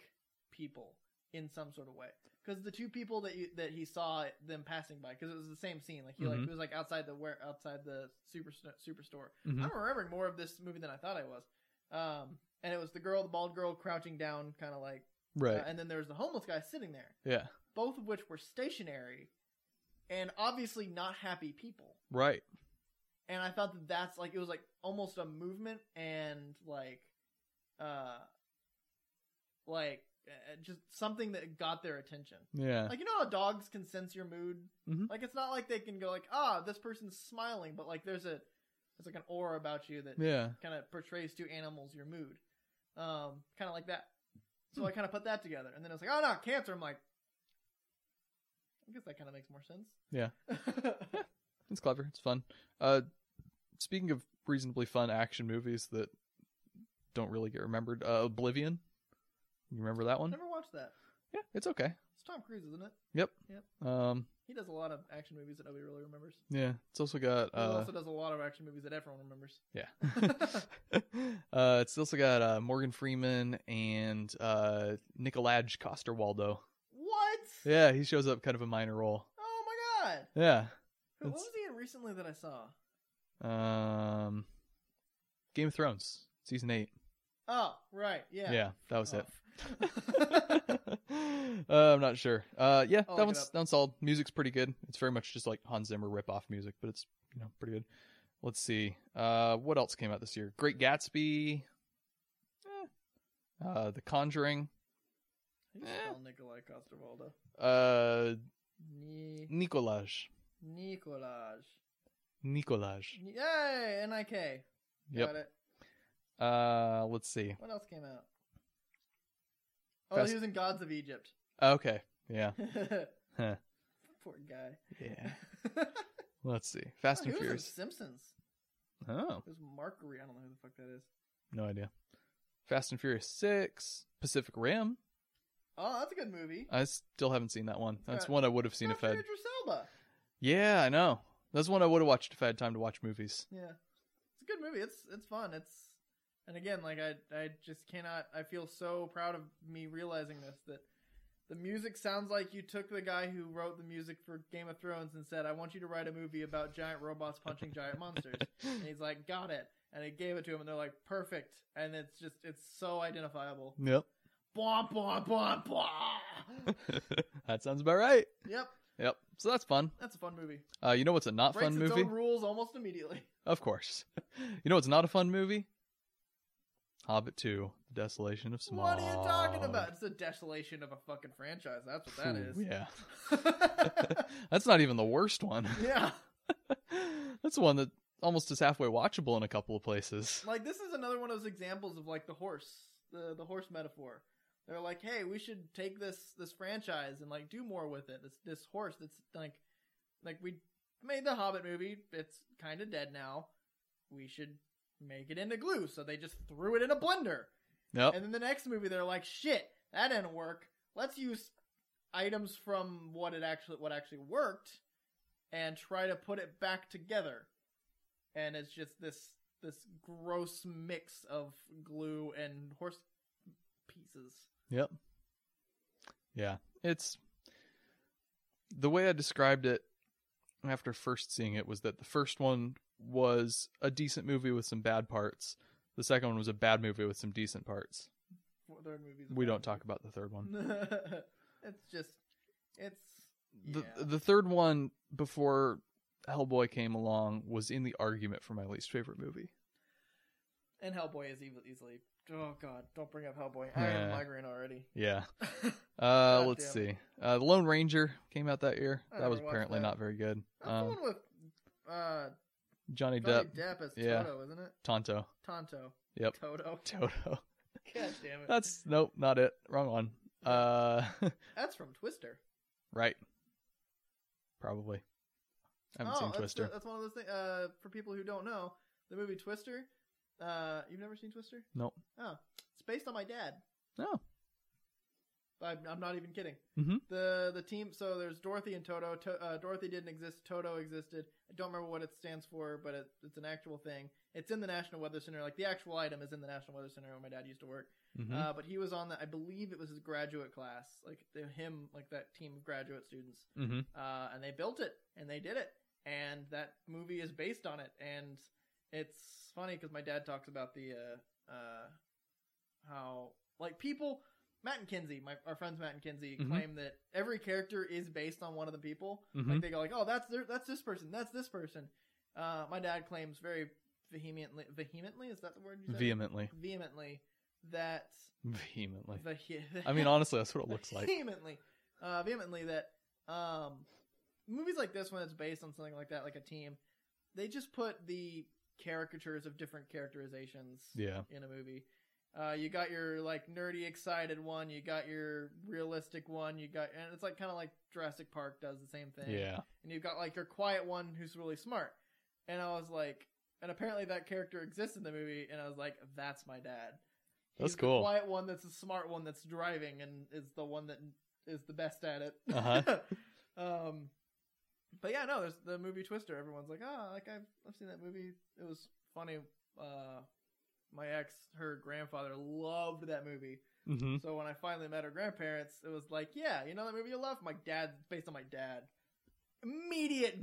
[SPEAKER 2] people in some sort of way. Because the two people that you, that he saw them passing by, because it was the same scene. Like he like
[SPEAKER 1] Mhm.
[SPEAKER 2] it was like outside the where outside the super superstore.
[SPEAKER 1] Mhm.
[SPEAKER 2] I'm remembering more of this movie than I thought I was. Um, and it was the girl, the bald girl, crouching down, kind of like, uh,
[SPEAKER 1] Right.
[SPEAKER 2] and then there was the homeless guy sitting there
[SPEAKER 1] Yeah.
[SPEAKER 2] both of which were stationary and obviously not happy people.
[SPEAKER 1] Right.
[SPEAKER 2] And I thought that that's like it was like almost a movement and like uh like uh, just something that got their attention.
[SPEAKER 1] Yeah.
[SPEAKER 2] Like you know how dogs can sense your mood?
[SPEAKER 1] Mhm.
[SPEAKER 2] Like it's not like they can go like, "Ah, this person's smiling," but like there's a there's like an aura about you that
[SPEAKER 1] yeah.
[SPEAKER 2] kind of portrays to animals your mood. Um, kind of like that. So I kind of put that together, and then I was like, oh no, cancer. I'm like, I guess that kind of makes more sense.
[SPEAKER 1] Yeah.
[SPEAKER 2] yeah.
[SPEAKER 1] It's clever. It's fun. Uh, speaking of reasonably fun action movies that don't really get remembered, uh, Oblivion. You remember that one?
[SPEAKER 2] Never watched that.
[SPEAKER 1] Yeah, it's okay.
[SPEAKER 2] It's Tom Cruise, isn't it?
[SPEAKER 1] Um,
[SPEAKER 2] He does a lot of action movies that nobody really remembers.
[SPEAKER 1] yeah, it's also got
[SPEAKER 2] He
[SPEAKER 1] uh,
[SPEAKER 2] also does a lot of action movies that everyone remembers.
[SPEAKER 1] yeah, uh, it's also got uh, Morgan Freeman and uh, Nicolaj Coster Waldo.
[SPEAKER 2] What?
[SPEAKER 1] Yeah, he shows up kind of a minor role.
[SPEAKER 2] Oh my god!
[SPEAKER 1] Yeah,
[SPEAKER 2] What
[SPEAKER 1] It's-
[SPEAKER 2] was he in recently that I saw?
[SPEAKER 1] um, Game of Thrones season eight.
[SPEAKER 2] Oh, right, yeah.
[SPEAKER 1] Yeah, that was it.
[SPEAKER 2] Oh.
[SPEAKER 1] uh, I'm not sure. Uh, yeah,
[SPEAKER 2] I'll look it
[SPEAKER 1] that one's
[SPEAKER 2] up.
[SPEAKER 1] that one's solid. Music's pretty good. It's very much just like Hans Zimmer ripoff music, but it's you know pretty good. Let's see. Uh, what else came out this year? Great Gatsby. Eh. Uh, The Conjuring.
[SPEAKER 2] How do you spell Nikolai Coster-Waldau?
[SPEAKER 1] Uh,
[SPEAKER 2] Ni-
[SPEAKER 1] Nicolaj.
[SPEAKER 2] Nicolaj.
[SPEAKER 1] Nicolaj.
[SPEAKER 2] Yay! N-I-K. Got
[SPEAKER 1] Yep.
[SPEAKER 2] it.
[SPEAKER 1] Uh, let's see.
[SPEAKER 2] What else came out? Oh,
[SPEAKER 1] Fast-
[SPEAKER 2] he was in Gods of Egypt.
[SPEAKER 1] Okay. Yeah. Huh.
[SPEAKER 2] Poor guy.
[SPEAKER 1] Yeah. Let's see. Fast
[SPEAKER 2] he
[SPEAKER 1] and
[SPEAKER 2] was in
[SPEAKER 1] Furious.
[SPEAKER 2] Simpsons.
[SPEAKER 1] Oh,
[SPEAKER 2] It was Markery. I don't know who the fuck that is.
[SPEAKER 1] no idea. Fast and Furious Six. Pacific Rim.
[SPEAKER 2] Oh, that's a good movie.
[SPEAKER 1] I still haven't seen that one. That's
[SPEAKER 2] got-
[SPEAKER 1] one I would have
[SPEAKER 2] It's
[SPEAKER 1] seen
[SPEAKER 2] got
[SPEAKER 1] if I. would
[SPEAKER 2] Idris Elba.
[SPEAKER 1] Yeah, I know. That's one I would have watched if I had time to watch movies.
[SPEAKER 2] Yeah, it's a good movie. It's it's fun. It's and again, like I I just cannot. I feel so proud of me realizing this that the music sounds like you took the guy who wrote the music for Game of Thrones and said, "I want you to write a movie about giant robots punching giant monsters." And he's like, "Got it." And he gave it to him, and they're like, "Perfect." And it's just it's so identifiable.
[SPEAKER 1] Yep.
[SPEAKER 2] Blah blah blah blah.
[SPEAKER 1] that sounds about right.
[SPEAKER 2] yep,
[SPEAKER 1] Yep. So that's fun.
[SPEAKER 2] that's a fun movie.
[SPEAKER 1] Uh, you know what's a not
[SPEAKER 2] Breaks
[SPEAKER 1] fun
[SPEAKER 2] its
[SPEAKER 1] movie?
[SPEAKER 2] own rules almost immediately.
[SPEAKER 1] Of course. you know what's not a fun movie? Hobbit 2, The Desolation of Smog.
[SPEAKER 2] What are you talking about? It's a desolation of a fucking franchise. That's what that
[SPEAKER 1] Phew,
[SPEAKER 2] is.
[SPEAKER 1] Yeah. that's not even the worst one.
[SPEAKER 2] yeah.
[SPEAKER 1] that's one that almost is halfway watchable in a couple of places.
[SPEAKER 2] Like this is another one of those examples of like the horse, the the horse metaphor. They're like, hey, we should take this this franchise and like do more with it. This this horse that's like, like we made the Hobbit movie. It's kind of dead now. We should make it into glue. So they just threw it in a blender.
[SPEAKER 1] Yep.
[SPEAKER 2] And then the next movie, they're like, shit, that didn't work. Let's use items from what it actually what actually worked and try to put it back together. And it's just this this gross mix of glue and horse pieces.
[SPEAKER 1] Yep. Yeah. It's the way I described it after first seeing it was that the first one was a decent movie with some bad parts. The second one was a bad movie with some decent parts.
[SPEAKER 2] What other movies
[SPEAKER 1] We don't
[SPEAKER 2] about
[SPEAKER 1] talk about the third one.
[SPEAKER 2] it? it's just it's yeah.
[SPEAKER 1] The the third one before Hellboy came along was in the argument for my least favorite movie.
[SPEAKER 2] and Hellboy is easily, easily. Oh God! Don't bring up Hellboy. I have a
[SPEAKER 1] Yeah.
[SPEAKER 2] migraine already.
[SPEAKER 1] Yeah.
[SPEAKER 2] I
[SPEAKER 1] Uh,
[SPEAKER 2] God
[SPEAKER 1] let's
[SPEAKER 2] damn
[SPEAKER 1] see. Uh, the Lone Ranger came out that year.
[SPEAKER 2] I
[SPEAKER 1] that was
[SPEAKER 2] never watched
[SPEAKER 1] apparently
[SPEAKER 2] that.
[SPEAKER 1] not very good.
[SPEAKER 2] That's the
[SPEAKER 1] Um,
[SPEAKER 2] one with uh,
[SPEAKER 1] Johnny
[SPEAKER 2] Johnny
[SPEAKER 1] Depp,
[SPEAKER 2] Depp as
[SPEAKER 1] Yeah.
[SPEAKER 2] Toto, isn't it?
[SPEAKER 1] Tonto,
[SPEAKER 2] Tonto.
[SPEAKER 1] Yep.
[SPEAKER 2] Toto.
[SPEAKER 1] Toto.
[SPEAKER 2] God damn it.
[SPEAKER 1] That's nope, not it. Wrong one. Uh,
[SPEAKER 2] That's from Twister.
[SPEAKER 1] right. Probably. I haven't
[SPEAKER 2] oh,
[SPEAKER 1] seen
[SPEAKER 2] that's,
[SPEAKER 1] Twister.
[SPEAKER 2] That's one of those things. Uh, for people who don't know, the movie Twister. Uh, you've never seen Twister?
[SPEAKER 1] Nope.
[SPEAKER 2] Oh, it's based on my dad.
[SPEAKER 1] Oh.
[SPEAKER 2] I'm, I'm not even kidding.
[SPEAKER 1] Mhm.
[SPEAKER 2] The the team. So there's Dorothy and Toto. To, uh, Dorothy didn't exist. Toto existed. I don't remember what it stands for, but it, it's an actual thing. It's in the National Weather Center. Like the actual item is in the National Weather Center where my dad used to work.
[SPEAKER 1] Mhm.
[SPEAKER 2] Uh, but he was on the. I believe it was his graduate class. Like the, him, like that team of graduate students
[SPEAKER 1] mm-hmm.
[SPEAKER 2] uh, and they built it and they did it and that movie is based on it and it's funny because my dad talks about the uh, uh, how like people matt and kinsey my, our friends matt and kinsey
[SPEAKER 1] Mhm.
[SPEAKER 2] claim that every character is based on one of the people
[SPEAKER 1] Mhm.
[SPEAKER 2] like they go like oh that's their, that's this person that's this person uh, my dad claims very vehemently vehemently is that the word you said
[SPEAKER 1] Vehemently.
[SPEAKER 2] vehemently that
[SPEAKER 1] Vehemently.
[SPEAKER 2] the,
[SPEAKER 1] I mean, honestly, that's what it looks like.
[SPEAKER 2] vehemently, uh, vehemently that um, movies like this, when it's based on something like that, like a team, they just put the caricatures of different characterizations
[SPEAKER 1] Yeah.
[SPEAKER 2] in a movie. Uh, you got your like nerdy, excited one. You got your realistic one. You got, and it's like kind of like Jurassic Park does the same thing
[SPEAKER 1] Yeah.
[SPEAKER 2] and you've got like your quiet one who's really smart. And I was like, and apparently that character exists in the movie, and I was like, that's my dad.
[SPEAKER 1] That's
[SPEAKER 2] He's
[SPEAKER 1] cool.
[SPEAKER 2] The quiet one that's the smart one that's driving and is the one that is the best at it.
[SPEAKER 1] Uh-huh.
[SPEAKER 2] um, but yeah, no, there's the movie Twister. Everyone's like, oh, like I've I've seen that movie. It was funny. Uh, my ex, her grandfather loved that movie.
[SPEAKER 1] Mm-hmm.
[SPEAKER 2] So when I finally met her grandparents, it was like, yeah, you know that movie you love? My dad, based on my dad. Immediate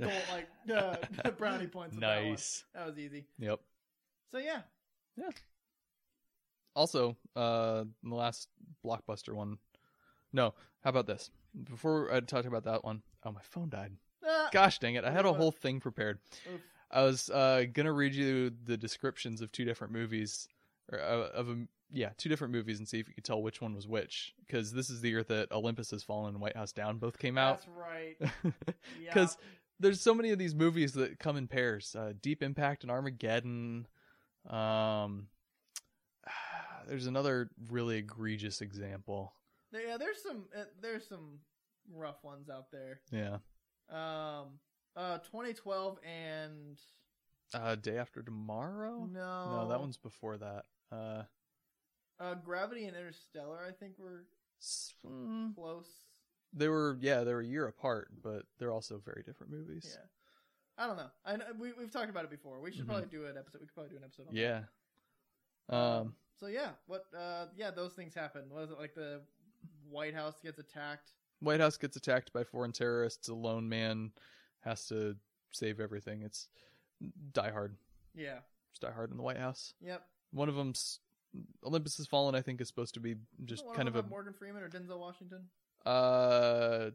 [SPEAKER 2] goal, like uh, brownie points. with that one.
[SPEAKER 1] Nice.
[SPEAKER 2] That, was easy.
[SPEAKER 1] Yep.
[SPEAKER 2] So yeah,
[SPEAKER 1] Also, uh, the last blockbuster one. No, how about this? Before I talked about that one, oh, my phone died.
[SPEAKER 2] Ah,
[SPEAKER 1] Gosh dang it! I had a
[SPEAKER 2] What?
[SPEAKER 1] whole thing prepared.
[SPEAKER 2] Oof.
[SPEAKER 1] I was uh, gonna read you the descriptions of two different movies, or uh, of um, yeah, two different movies, and see if you could tell which one was which. Because this is the year that Olympus Has Fallen and White House Down both came out.
[SPEAKER 2] that's right. Yeah,
[SPEAKER 1] Because there's so many of these movies that come in pairs. Uh, Deep Impact and Armageddon. Um, there's another really egregious example.
[SPEAKER 2] There- yeah, there's some uh, there's some rough ones out there.
[SPEAKER 1] Yeah,
[SPEAKER 2] Um, uh, 2012 and
[SPEAKER 1] uh, Day After Tomorrow.
[SPEAKER 2] no,
[SPEAKER 1] No, that one's before that. Uh,
[SPEAKER 2] uh, Gravity and Interstellar. I think were
[SPEAKER 1] s- mm,
[SPEAKER 2] close.
[SPEAKER 1] they were yeah they were a year apart, but they're also very different movies.
[SPEAKER 2] Yeah, I don't know. I know, we we've talked about it before. We should
[SPEAKER 1] Mhm.
[SPEAKER 2] probably do an episode. We could probably do an episode. On that.
[SPEAKER 1] Yeah.
[SPEAKER 2] Uh,
[SPEAKER 1] Um.
[SPEAKER 2] So yeah, what? Uh, yeah, those things happen. Was it like the White House gets attacked?
[SPEAKER 1] White House gets attacked by foreign terrorists. A lone man has to save everything. It's Die Hard.
[SPEAKER 2] Yeah.
[SPEAKER 1] It's Die Hard in the White House.
[SPEAKER 2] Yep.
[SPEAKER 1] One of them's Olympus Has Fallen. I think is supposed to be just
[SPEAKER 2] Isn't one
[SPEAKER 1] kind of
[SPEAKER 2] them
[SPEAKER 1] a
[SPEAKER 2] have Morgan Freeman or Denzel Washington.
[SPEAKER 1] uh.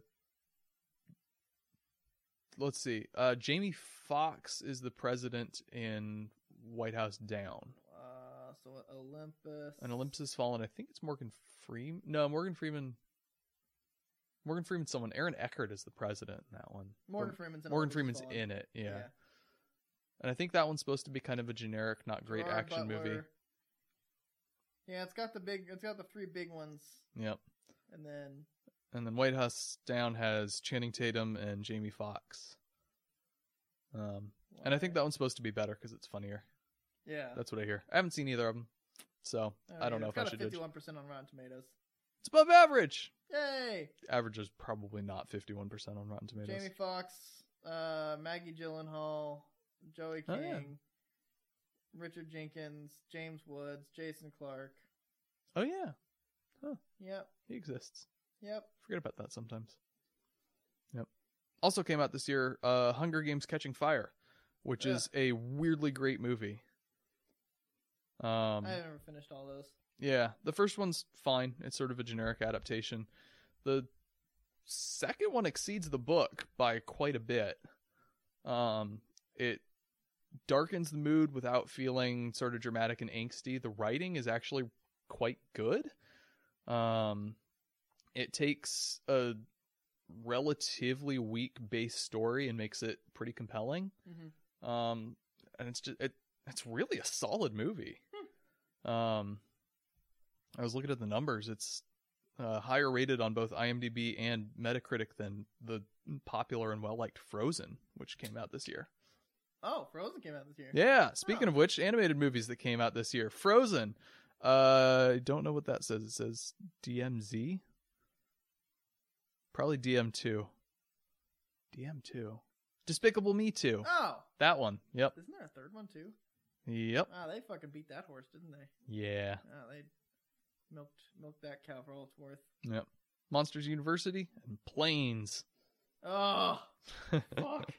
[SPEAKER 1] Let's see. Uh, Jamie Fox is the president in White House Down.
[SPEAKER 2] Uh, so Olympus.
[SPEAKER 1] And Olympus Has Fallen. I think it's Morgan Freeman. No, Morgan Freeman. Morgan Freeman's someone. Aaron Eckert is the president in that one.
[SPEAKER 2] Morgan Freeman's in
[SPEAKER 1] Morgan
[SPEAKER 2] Olympus
[SPEAKER 1] Freeman's
[SPEAKER 2] Fallen.
[SPEAKER 1] in it, yeah. And I think that one's supposed to be kind of a generic, not great
[SPEAKER 2] Gerard
[SPEAKER 1] action movie.
[SPEAKER 2] Butler. Yeah, it's got the big. It's got the three big ones,
[SPEAKER 1] Yep.
[SPEAKER 2] and then
[SPEAKER 1] And then White House Down has Channing Tatum and Jamie Fox. Um, and I think that one's supposed to be better because it's funnier.
[SPEAKER 2] Yeah. Oh,
[SPEAKER 1] That's what I hear. I haven't seen either of them, so I don't know if I should. Judge.
[SPEAKER 2] Fifty-one percent on Rotten Tomatoes.
[SPEAKER 1] It's above average.
[SPEAKER 2] Yay!
[SPEAKER 1] Average is probably not fifty-one percent on Rotten Tomatoes.
[SPEAKER 2] Jamie Fox uh, Maggie Gyllenhaal, Joey King,
[SPEAKER 1] Oh, yeah.
[SPEAKER 2] Richard Jenkins, James Woods, Jason Clark.
[SPEAKER 1] Oh yeah,
[SPEAKER 2] Yep,
[SPEAKER 1] he exists.
[SPEAKER 2] yep.
[SPEAKER 1] Forget about that sometimes. Yep. Also came out this year, uh, Hunger Games: Catching Fire, which
[SPEAKER 2] Yeah.
[SPEAKER 1] is a weirdly great movie. Um,
[SPEAKER 2] I haven't finished all those.
[SPEAKER 1] yeah, the first one's fine. It's sort of a generic adaptation. The second one exceeds the book by quite a bit. Um, it darkens the mood without feeling sort of dramatic and angsty. The writing is actually quite good. Um, it takes a relatively weak base story and makes it pretty compelling.
[SPEAKER 2] Mm-hmm.
[SPEAKER 1] Um, and it's just it, it's really a solid movie. Um, I was looking at the numbers. It's uh, higher rated on both IMDb and Metacritic than the popular and well liked Frozen, which came out this year.
[SPEAKER 2] Oh, Frozen came out this year.
[SPEAKER 1] Yeah. Speaking
[SPEAKER 2] Huh.
[SPEAKER 1] of which, animated movies that came out this year, Frozen. Uh, I don't know what that says. It says DMZ. Probably DM2. DM2. Despicable Me 2.
[SPEAKER 2] Oh,
[SPEAKER 1] That one. Yep.
[SPEAKER 2] isn't there a third one too?
[SPEAKER 1] Yep.
[SPEAKER 2] Ah, they fucking beat that horse, didn't they?
[SPEAKER 1] Yeah.
[SPEAKER 2] Ah, they milked milked that cow for all it's worth.
[SPEAKER 1] Monsters University and Planes.
[SPEAKER 2] Oh, fuck.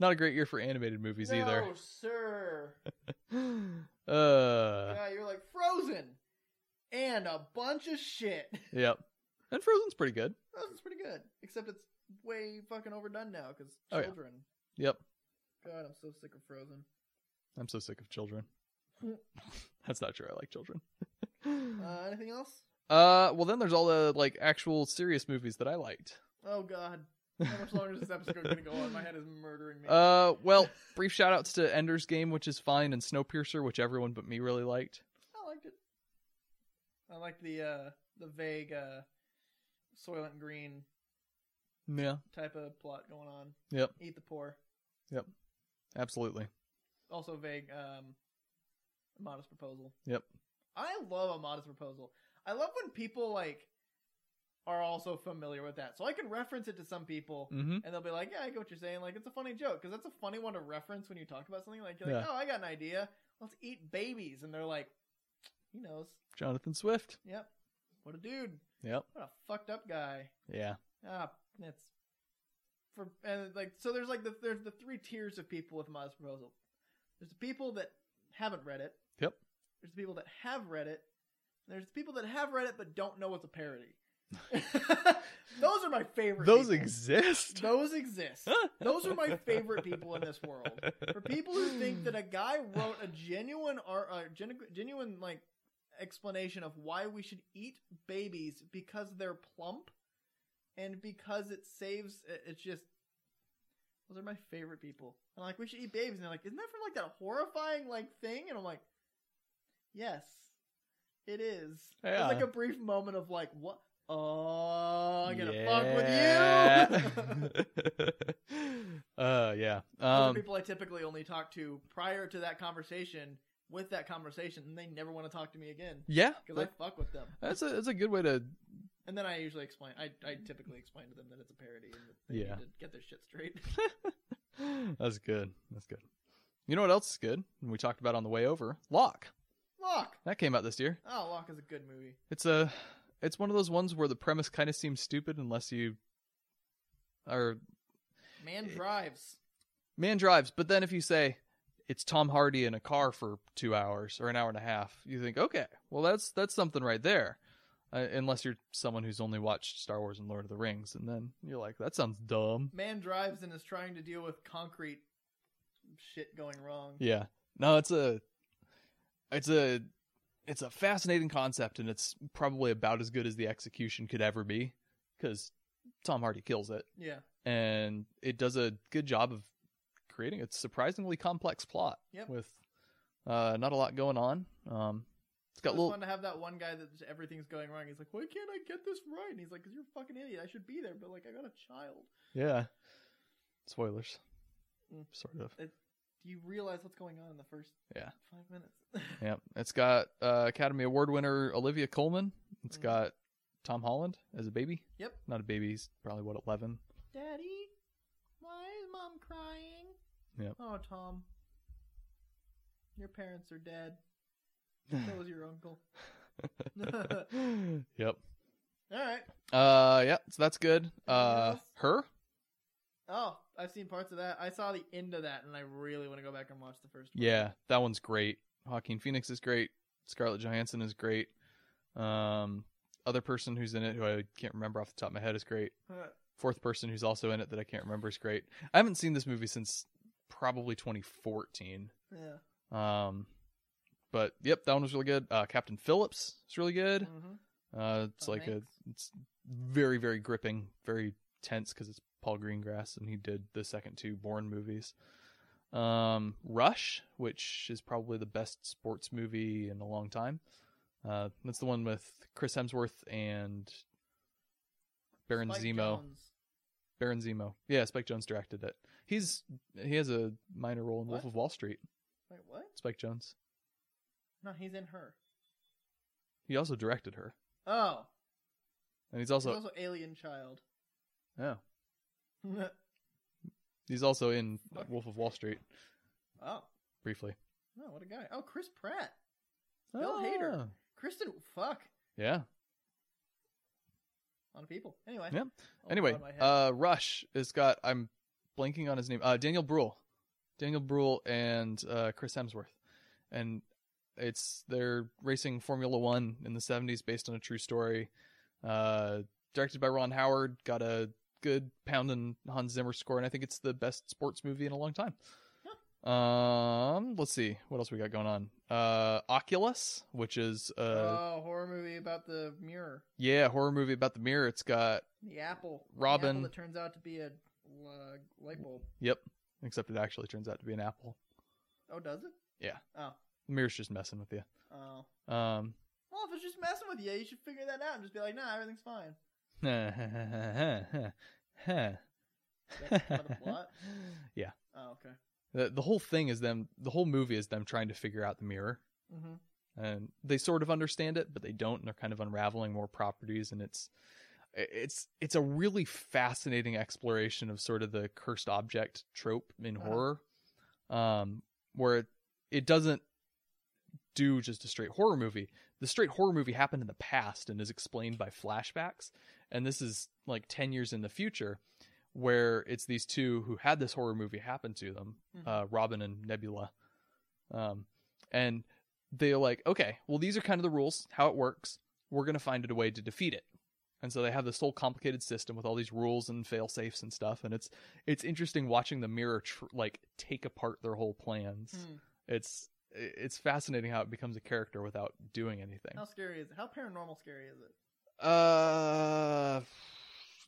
[SPEAKER 1] Not a great year for animated movies
[SPEAKER 2] no,
[SPEAKER 1] either.
[SPEAKER 2] sir.
[SPEAKER 1] Uh,
[SPEAKER 2] yeah, you're like Frozen and a bunch of shit.
[SPEAKER 1] Yep. And Frozen's pretty good.
[SPEAKER 2] Frozen's Oh, pretty good, except it's way fucking overdone now because
[SPEAKER 1] Oh, yeah.
[SPEAKER 2] children.
[SPEAKER 1] Yep.
[SPEAKER 2] God, I'm so sick of Frozen.
[SPEAKER 1] I'm so sick of children. That's not true. I like children.
[SPEAKER 2] Uh, anything else?
[SPEAKER 1] Uh, well then there's all the like actual serious movies that I liked.
[SPEAKER 2] Oh God, how much longer is this episode gonna go on? My head is murdering me.
[SPEAKER 1] Uh, well, brief shout outs to Ender's Game, which is fine, and Snowpiercer, which everyone but me really liked.
[SPEAKER 2] I liked it. I like the uh, the vague uh, Soylent Green
[SPEAKER 1] Yeah,
[SPEAKER 2] type of plot going on.
[SPEAKER 1] Yep.
[SPEAKER 2] Eat the poor.
[SPEAKER 1] absolutely.
[SPEAKER 2] Also vague. Um, modest proposal.
[SPEAKER 1] Yep.
[SPEAKER 2] I love a modest proposal. I love when people like are also familiar with that, so I can reference it to some people.
[SPEAKER 1] Mm-hmm.
[SPEAKER 2] And they'll be like, "Yeah, I get what you're saying. Like, it's a funny joke because that's a funny one to reference when you talk about something. Like, you're like,
[SPEAKER 1] Yeah.
[SPEAKER 2] oh, I got an idea. Let's eat babies." And they're like, "He knows.
[SPEAKER 1] Jonathan Swift.
[SPEAKER 2] Yep. What a dude.
[SPEAKER 1] Yep.
[SPEAKER 2] What a fucked up guy.
[SPEAKER 1] Yeah.
[SPEAKER 2] Ah, that's for and like so. There's like the there's the three tiers of people with Modest Proposal. There's the people that haven't read it.
[SPEAKER 1] Yep.
[SPEAKER 2] There's the people that have read it. and There's the people that have read it but don't know it's a parody. Those are my favorite.
[SPEAKER 1] Those
[SPEAKER 2] people.
[SPEAKER 1] exist.
[SPEAKER 2] Those exist. Those are my favorite people in this world. For people who think that a guy wrote a genuine or a genu- genuine like explanation of why we should eat babies because they're plump and because it saves it- it's just those are my favorite people. And like we should eat babies and they're like isn't that from like that horrifying like thing and I'm like yes. It is.
[SPEAKER 1] Yeah.
[SPEAKER 2] It's like a brief moment of like what Oh, I'm gonna fuck with you.
[SPEAKER 1] you. uh, yeah.
[SPEAKER 2] Those are
[SPEAKER 1] Um,
[SPEAKER 2] people I typically only talk to prior to that conversation with that conversation, and they never want to talk to me again
[SPEAKER 1] yeah.
[SPEAKER 2] because
[SPEAKER 1] that-
[SPEAKER 2] I fuck with them.
[SPEAKER 1] that's a that's a good way to.
[SPEAKER 2] And then I usually explain. I, I typically explain to them that it's a parody and that they
[SPEAKER 1] Yeah.
[SPEAKER 2] need to get their shit straight.
[SPEAKER 1] That's good. That's good. You know what else is good? And we talked about on the way over. Lock
[SPEAKER 2] Lock.
[SPEAKER 1] that came out this year.
[SPEAKER 2] Oh, Lock is a good movie.
[SPEAKER 1] It's a it's one of those ones where the premise kind of seems stupid unless you or
[SPEAKER 2] Man
[SPEAKER 1] It-
[SPEAKER 2] drives.
[SPEAKER 1] man drives. But then if you say it's Tom Hardy in a car for two hours or an hour and a half, you think, okay, well that's that's something right there. Uh, unless you're someone who's only watched Star Wars and Lord of the Rings, and then you're like, that sounds dumb.
[SPEAKER 2] Man drives and is trying to deal with concrete shit going wrong.
[SPEAKER 1] Yeah. No, it's a it's a it's a fascinating concept and it's probably about as good as the execution could ever be cuz Tom Hardy kills it
[SPEAKER 2] Yeah.
[SPEAKER 1] and it does a good job of creating a surprisingly complex plot
[SPEAKER 2] Yep.
[SPEAKER 1] with uh not a lot going on. Um it's got
[SPEAKER 2] It's
[SPEAKER 1] little
[SPEAKER 2] fun to have that one guy that just everything's going wrong. He's like, "Why can't I get this right?" And he's like, "Cause you're a fucking idiot. I should be there, but like, I got a child."
[SPEAKER 1] yeah. Spoilers.
[SPEAKER 2] Mm.
[SPEAKER 1] Sort of.
[SPEAKER 2] Do you realize what's going on in the first
[SPEAKER 1] Yeah.
[SPEAKER 2] five minutes?
[SPEAKER 1] Yeah. It's got uh Academy Award winner Olivia Colman. It's
[SPEAKER 2] Mhm.
[SPEAKER 1] got Tom Holland as a baby.
[SPEAKER 2] Yep.
[SPEAKER 1] Not a baby, he's probably what 11.
[SPEAKER 2] Daddy, why is my crying.
[SPEAKER 1] Yep.
[SPEAKER 2] Oh, Tom. Your parents are dead. So was your uncle.
[SPEAKER 1] yep.
[SPEAKER 2] All right.
[SPEAKER 1] Uh, yeah. So that's good. Uh,
[SPEAKER 2] else?
[SPEAKER 1] her.
[SPEAKER 2] Oh, I've seen parts of that. I saw the end of that, and I really want to go back and watch the first one.
[SPEAKER 1] Yeah, that one's great. Joaquin Phoenix is great. Scarlett Johansson is great. Um, other person who's in it who I can't remember off the top of my head is great.
[SPEAKER 2] Uh,
[SPEAKER 1] Fourth person who's also in it that I can't remember is great. I haven't seen this movie since probably 2014.
[SPEAKER 2] yeah.
[SPEAKER 1] Um, but yep, that one was really good. Uh, Captain Phillips is really good.
[SPEAKER 2] hmm
[SPEAKER 1] Uh, it's
[SPEAKER 2] Tom
[SPEAKER 1] like
[SPEAKER 2] Hanks.
[SPEAKER 1] a, it's very very gripping, very tense because it's Paul Greengrass and he did the second two Bourne movies. Um, Rush, which is probably the best sports movie in a long time. Uh, that's the one with Chris Hemsworth and Baron
[SPEAKER 2] Spike
[SPEAKER 1] Zemo.
[SPEAKER 2] Jonze.
[SPEAKER 1] Baron Zemo. Yeah, Spike Jones directed it. He's he has a minor role in Wolf
[SPEAKER 2] What?
[SPEAKER 1] of Wall Street.
[SPEAKER 2] Wait, what?
[SPEAKER 1] Spike Jones.
[SPEAKER 2] No, he's in her.
[SPEAKER 1] He also directed her,
[SPEAKER 2] Oh,
[SPEAKER 1] and he's
[SPEAKER 2] he's
[SPEAKER 1] also Oh.
[SPEAKER 2] also Alien Child.
[SPEAKER 1] yeah, he's also in
[SPEAKER 2] Fuck.
[SPEAKER 1] Wolf of Wall Street
[SPEAKER 2] oh,
[SPEAKER 1] briefly.
[SPEAKER 2] no, what a guy. Oh, Chris Pratt. Bill
[SPEAKER 1] Ah.
[SPEAKER 2] Hader. Kristen, fuck.
[SPEAKER 1] Yeah.
[SPEAKER 2] On people. Anyway.
[SPEAKER 1] Yeah.
[SPEAKER 2] Oh,
[SPEAKER 1] Anyway,
[SPEAKER 2] God, my head.
[SPEAKER 1] uh, Rush has got I'm blanking on his name. Uh, Daniel Bruhl, Daniel Bruhl and uh, Chris Hemsworth, and it's they're racing Formula One in the '70s based on a true story. Uh, directed by Ron Howard, got a good pound and Hans Zimmer score, and I think it's the best sports movie in a long time. Um, let's see what else we got going on. Uh, Oculus, which is uh,
[SPEAKER 2] oh, horror movie about the mirror,
[SPEAKER 1] yeah, a horror movie about the mirror. It's got
[SPEAKER 2] the apple, The
[SPEAKER 1] Robin.
[SPEAKER 2] apple that turns out to be a uh, light bulb.
[SPEAKER 1] Yep. Except it actually turns out to be an apple.
[SPEAKER 2] Oh, does it?
[SPEAKER 1] Yeah.
[SPEAKER 2] Oh.
[SPEAKER 1] The mirror's just messing with you.
[SPEAKER 2] Oh.
[SPEAKER 1] Um,
[SPEAKER 2] Well, if it's just messing with you, you should figure that out and just be like, nah, everything's fine. That's part of the plot.
[SPEAKER 1] yeah.
[SPEAKER 2] Oh, okay.
[SPEAKER 1] The, the whole thing is them, the whole movie is them trying to figure out the mirror.
[SPEAKER 2] Mm-hmm.
[SPEAKER 1] And they sort of understand it, but they don't. And they're kind of unraveling more properties. And it's, it's it's a really fascinating exploration of sort of the cursed object trope in
[SPEAKER 2] Uh-huh.
[SPEAKER 1] horror um where it, it doesn't do just a straight horror movie the straight horror movie happened in the past and is explained by flashbacks and this is like 10 years in the future where it's these two who had this horror movie happen to them
[SPEAKER 2] Mhm.
[SPEAKER 1] uh robin and nebula um and they're like okay well these are kind of the rules how it works we're going to find a way to defeat it and so they have this whole complicated system with all these rules and fail safes and stuff and it's it's interesting watching the mirror tr- like take apart their whole plans
[SPEAKER 2] Mm.
[SPEAKER 1] it's it's fascinating how it becomes a character without doing anything
[SPEAKER 2] How scary is it? How paranormal scary is it?
[SPEAKER 1] uh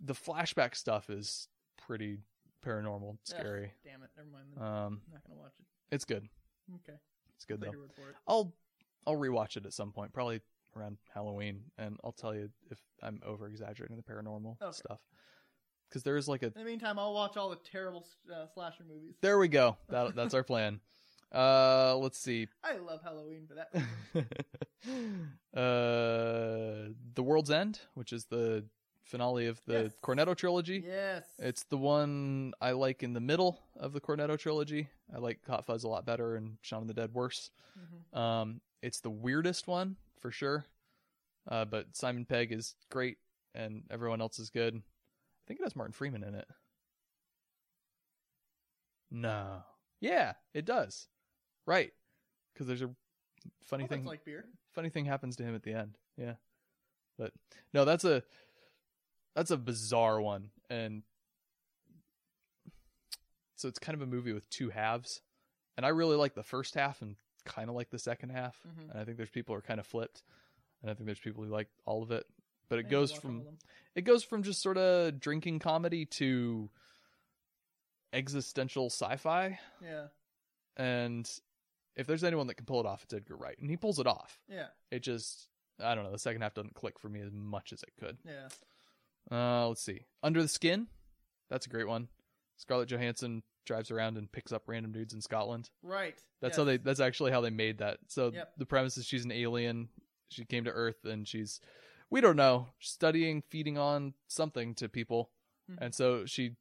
[SPEAKER 1] the flashback stuff is pretty paranormal
[SPEAKER 2] Ugh,
[SPEAKER 1] scary
[SPEAKER 2] damn it. Never mind. then.
[SPEAKER 1] um
[SPEAKER 2] I'm not gonna watch it.
[SPEAKER 1] it's good
[SPEAKER 2] Okay.
[SPEAKER 1] it's good
[SPEAKER 2] Take
[SPEAKER 1] though
[SPEAKER 2] your word for it.
[SPEAKER 1] i'll i'll rewatch it at some point probably around halloween and i'll tell you if i'm over exaggerating the paranormal
[SPEAKER 2] Okay.
[SPEAKER 1] stuff because there is like a
[SPEAKER 2] In the meantime, I'll watch all the terrible uh, slasher movies.
[SPEAKER 1] There we go. That, that's our plan. Uh, let's see.
[SPEAKER 2] I love Halloween for that.
[SPEAKER 1] uh,
[SPEAKER 2] reason.
[SPEAKER 1] the World's End, which is the finale of the
[SPEAKER 2] Yes.
[SPEAKER 1] Cornetto trilogy.
[SPEAKER 2] yes.
[SPEAKER 1] It's the one I like in the middle of the Cornetto trilogy. I like Hot Fuzz a lot better and Shaun of the Dead worse.
[SPEAKER 2] Mhm.
[SPEAKER 1] Um, it's the weirdest one for sure. Uh, but Simon Pegg is great and everyone else is good. I think it has Martin Freeman in it. No. Yeah, it does. Right. Cuz there's a funny
[SPEAKER 2] Oh, that's
[SPEAKER 1] thing
[SPEAKER 2] like beer.
[SPEAKER 1] funny thing happens to him at the end. Yeah. But no, that's a that's a bizarre one and so it's kind of a movie with two halves. And I really like the first half and kind of like the second half.
[SPEAKER 2] Mhm.
[SPEAKER 1] And I think there's people who are kind of flipped. And I think there's people who like all of it. But
[SPEAKER 2] I
[SPEAKER 1] it
[SPEAKER 2] need to
[SPEAKER 1] goes
[SPEAKER 2] watch all
[SPEAKER 1] from
[SPEAKER 2] of them.
[SPEAKER 1] it goes from just sort of drinking comedy to existential sci-fi
[SPEAKER 2] Yeah.
[SPEAKER 1] and if there's anyone that can pull it off it's Edgar Wright and he pulls it off
[SPEAKER 2] Yeah.
[SPEAKER 1] it just I don't know. The second half doesn't click for me as much as it could.
[SPEAKER 2] Yeah.
[SPEAKER 1] Uh, let's see. Under the Skin, that's a great one. Scarlett Johansson drives around and picks up random dudes in Scotland.
[SPEAKER 2] Right.
[SPEAKER 1] That's
[SPEAKER 2] Yes.
[SPEAKER 1] how they. That's actually how they made that. So
[SPEAKER 2] Yep.
[SPEAKER 1] the premise is she's an alien. She came to Earth and she's, we don't know, studying, feeding on something to people,
[SPEAKER 2] Mhm.
[SPEAKER 1] and so she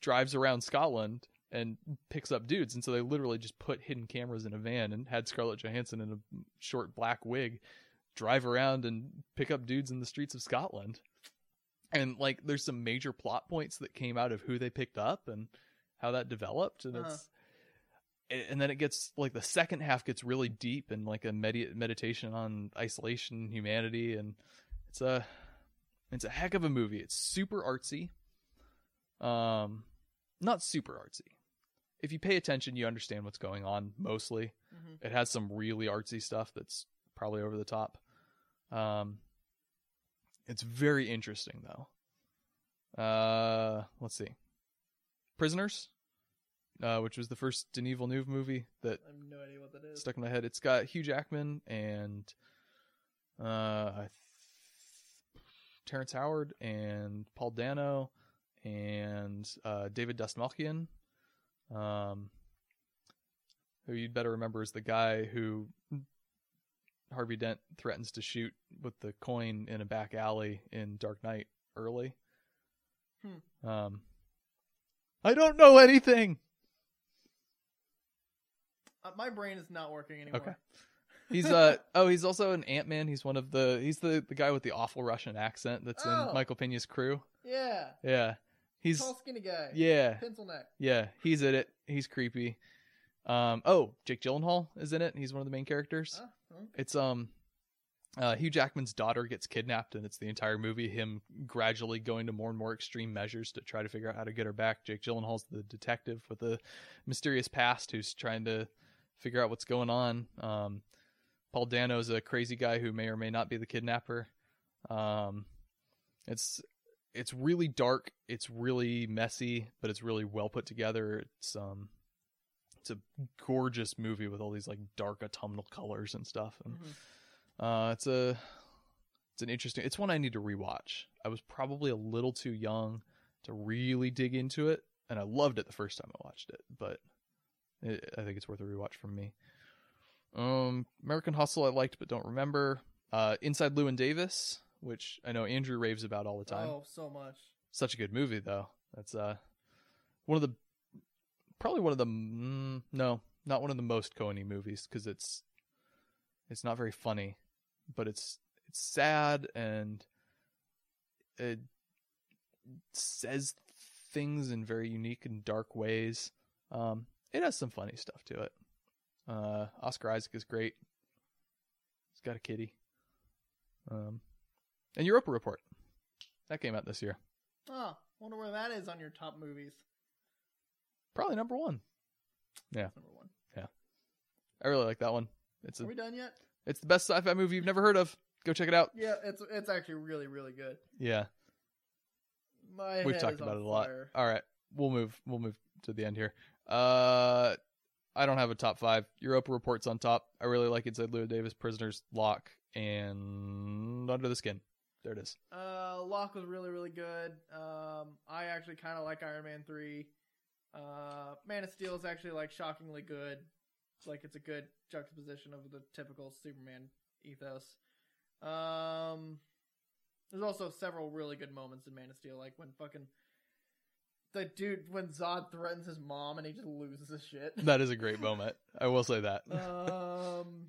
[SPEAKER 1] drives around Scotland and picks up dudes. And so they literally just put hidden cameras in a van and had Scarlett Johansson in a short black wig drive around and pick up dudes in the streets of Scotland. And like, there's some major plot points that came out of who they picked up and how that developed. And
[SPEAKER 2] Huh.
[SPEAKER 1] it's, a- and then it gets like the second half gets really deep and like a medi- meditation on isolation, humanity, and it's a, it's a heck of a movie. It's super artsy. Um, not super artsy. If you pay attention, you understand what's going on mostly.
[SPEAKER 2] Mhm.
[SPEAKER 1] It has some really artsy stuff that's probably over the top. Um, it's very interesting though. Uh, let's see, Prisoners, uh, which was the first Denis Villeneuve movie that
[SPEAKER 2] I have no idea what that is.
[SPEAKER 1] stuck in my head. It's got Hugh Jackman and uh, I th- Terrence Howard and Paul Dano and uh, David Dastmalchian, um, who you'd better remember is the guy who Harvey Dent threatens to shoot with the coin in a back alley in Dark Knight early. Um, I don't know anything.
[SPEAKER 2] Uh, my brain is not working anymore.
[SPEAKER 1] Okay. He's uh oh he's also an Ant Man. He's one of the he's the the guy with the awful Russian accent that's
[SPEAKER 2] Oh.
[SPEAKER 1] in Michael Pena's crew.
[SPEAKER 2] Yeah.
[SPEAKER 1] Yeah, he's
[SPEAKER 2] Tall, skinny guy.
[SPEAKER 1] yeah
[SPEAKER 2] Pencil neck.
[SPEAKER 1] yeah he's in it. He's creepy. Um oh Jake Gyllenhaal is in it. He's one of the main characters.
[SPEAKER 2] Huh? Hmm? Huh?
[SPEAKER 1] It's um uh, Hugh Jackman's daughter gets kidnapped, and it's the entire movie him gradually going to more and more extreme measures to try to figure out how to get her back. Jake Gyllenhaal's the detective with a mysterious past who's trying to figure out what's going on. Um, Paul Dano's a crazy guy who may or may not be the kidnapper. Um, it's it's really dark, it's really messy, but it's really well put together. It's um it's a gorgeous movie with all these like dark autumnal colors and stuff. And
[SPEAKER 2] Mhm.
[SPEAKER 1] uh, it's a it's an interesting. It's one I need to rewatch. I was probably a little too young to really dig into it, and I loved it the first time I watched it. But it, I think it's worth a rewatch from me. Um, American Hustle I liked but don't remember. Uh, Inside Lewin Davis, which I know Andrew raves about all the time.
[SPEAKER 2] Oh, so much.
[SPEAKER 1] Such a good movie though. That's uh one of the probably one of the mm, no not one of the most Coeny movies because it's it's not very funny, but it's it's sad and it says things in very unique and dark ways. Um, it has some funny stuff to it. Uh, Oscar Isaac is great. He's got a kitty. Um, and Europa Report that came out this year,
[SPEAKER 2] Oh, wonder where that is on your top movies.
[SPEAKER 1] probably number one. Yeah.
[SPEAKER 2] Number one.
[SPEAKER 1] I really like that one. It's
[SPEAKER 2] Are
[SPEAKER 1] a,
[SPEAKER 2] we done yet?
[SPEAKER 1] it's the best sci-fi movie you've never heard of. Go check it out.
[SPEAKER 2] Yeah, it's it's actually really really good.
[SPEAKER 1] Yeah,
[SPEAKER 2] My
[SPEAKER 1] we've
[SPEAKER 2] head
[SPEAKER 1] talked
[SPEAKER 2] is on
[SPEAKER 1] about it a lot.
[SPEAKER 2] fire.
[SPEAKER 1] All right, we'll move. We'll move to the end here. Uh, I don't have a top five. Europa reports on top. I really like Inside Lewin Davis, Prisoners, Lock, and Under the Skin. There it is.
[SPEAKER 2] Uh, Locke was really really good. Um, I actually kind of like Iron Man three. Uh, Man of Steel is actually like shockingly good. Like it's a good juxtaposition of the typical Superman ethos. Um, there's also several really good moments in Man of Steel, like when fucking the dude when Zod threatens his mom and he just loses his shit.
[SPEAKER 1] That is a great moment. I will say that.
[SPEAKER 2] um,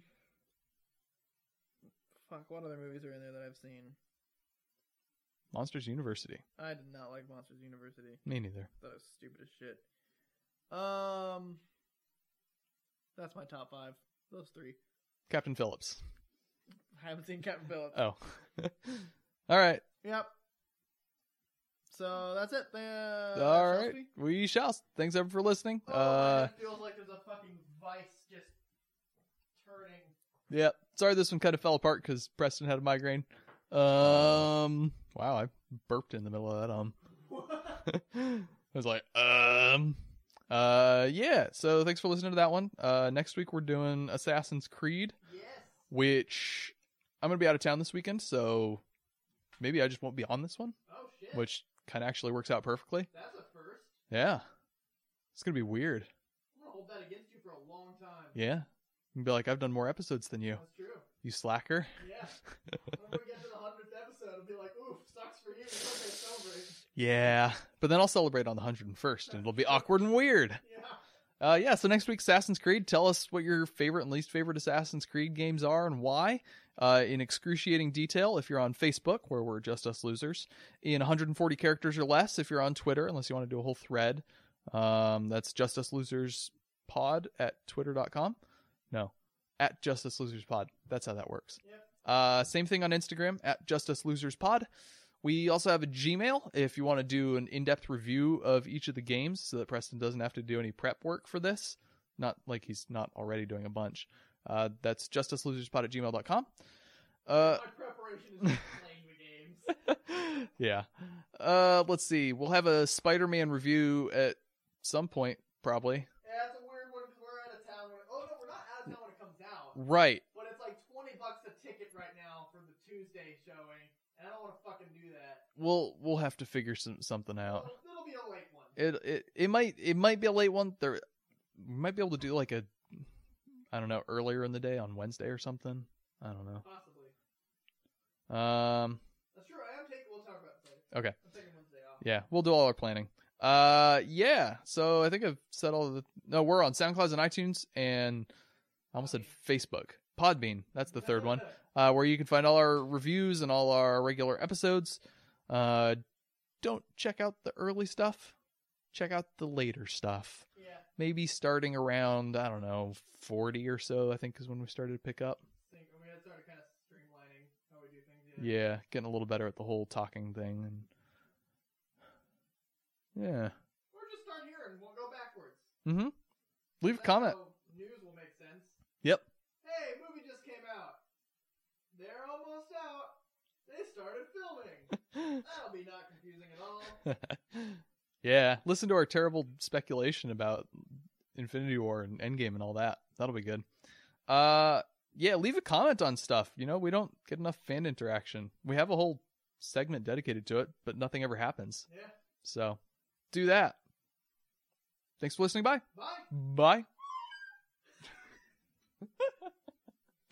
[SPEAKER 2] fuck, what other movies are in there that I've seen?
[SPEAKER 1] Monsters University.
[SPEAKER 2] I did not like Monsters University.
[SPEAKER 1] Me neither.
[SPEAKER 2] That was stupid as shit. Um, that's my top five. Those three.
[SPEAKER 1] Captain Phillips.
[SPEAKER 2] I haven't seen Captain Phillips.
[SPEAKER 1] Oh. All right.
[SPEAKER 2] Yep. So that's it. Uh,
[SPEAKER 1] All
[SPEAKER 2] shall
[SPEAKER 1] right.
[SPEAKER 2] we?
[SPEAKER 1] We shall. Thanks everyone for listening.
[SPEAKER 2] Oh, my
[SPEAKER 1] uh,
[SPEAKER 2] head feels like there's a fucking vice just turning.
[SPEAKER 1] Yeah. Sorry this one kind of fell apart because Preston had a migraine. Um. Wow, I burped in the middle of that. Um. I was like, um. Uh. Yeah. So thanks for listening to that one. Uh. Next week we're doing Assassin's Creed,
[SPEAKER 2] yes.
[SPEAKER 1] which I'm gonna be out of town this weekend, so maybe I just won't be on this one,
[SPEAKER 2] Oh shit.
[SPEAKER 1] which kind of actually works out perfectly.
[SPEAKER 2] That's a first.
[SPEAKER 1] Yeah. It's gonna be weird.
[SPEAKER 2] I'm gonna hold that against you for a long time.
[SPEAKER 1] Yeah. You can be like, I've done more episodes than you.
[SPEAKER 2] That's true.
[SPEAKER 1] You slacker.
[SPEAKER 2] Yeah. when we get to the hundredth episode, I'll be like, "Ooh, sucks for you. We're gonna celebrate."
[SPEAKER 1] Yeah, but then I'll celebrate on the 101st, and it'll be awkward and weird.
[SPEAKER 2] Yeah.
[SPEAKER 1] Uh, yeah, so next week, Assassin's Creed. Tell us what your favorite and least favorite Assassin's Creed games are and why, uh, in excruciating detail. If you're on Facebook, where we're just us losers, in 140 characters or less. If you're on Twitter, unless you want to do a whole thread, um, that's just us losers pod at twitter.com. No, at justice losers pod. That's how that works.
[SPEAKER 2] Yep.
[SPEAKER 1] Uh, same thing on Instagram at justice losers pod. We also have a Gmail if you want to do an in-depth review of each of the games so that Preston doesn't have to do any prep work for this. Not like he's not already doing a bunch. Uh, that's justiceloserspod at gmail.com. Uh,
[SPEAKER 2] My preparation is just playing the games.
[SPEAKER 1] yeah. Uh, let's see. We'll have a Spider-Man review at some point, probably.
[SPEAKER 2] Yeah, it's a weird one because we're out of town. When, oh no, we're not out of town when it comes out.
[SPEAKER 1] Right.
[SPEAKER 2] But it's like twenty bucks a ticket right now for the Tuesday showing, and I don't want to fucking do that.
[SPEAKER 1] We'll we'll have to figure some something out.
[SPEAKER 2] It'll, it'll be a late one.
[SPEAKER 1] Oh. It it it might it might be a late one. There we might be able to do like a I don't know earlier in the day on Wednesday or something. I don't know.
[SPEAKER 2] Possibly.
[SPEAKER 1] Um,
[SPEAKER 2] That's true. I am taking. We'll talk about it later.
[SPEAKER 1] Okay.
[SPEAKER 2] I'm taking Wednesday off.
[SPEAKER 1] yeah, we'll do all our planning. Uh, yeah. So I think I've said all the. No, we're on SoundCloud and iTunes, and I almost said Facebook. Podbean. That's the third one, uh, where you can find all our reviews and all our regular episodes. Uh, don't check out the early stuff. Check out the later stuff.
[SPEAKER 2] yeah.
[SPEAKER 1] Maybe starting around I don't know forty or so. I think is when we started to pick up.
[SPEAKER 2] Think. I mean, I started kind of streamlining how we do things.
[SPEAKER 1] Yeah, getting a little better at the whole talking thing. And... Yeah.
[SPEAKER 2] Or just start here and we'll go backwards.
[SPEAKER 1] Mm-hmm. Leave a
[SPEAKER 2] That's
[SPEAKER 1] comment.
[SPEAKER 2] how News will make sense.
[SPEAKER 1] Yep.
[SPEAKER 2] Hey, movie just came out. They're almost out. They started filming. That'll be not confusing at all.
[SPEAKER 1] yeah, listen to our terrible speculation about Infinity War and Endgame and all that. That'll be good. Uh, yeah, leave a comment on stuff. You know, we don't get enough fan interaction. We have a whole segment dedicated to it, but nothing ever happens.
[SPEAKER 2] Yeah.
[SPEAKER 1] So, do that. Thanks for listening. Bye.
[SPEAKER 2] Bye.
[SPEAKER 1] Bye.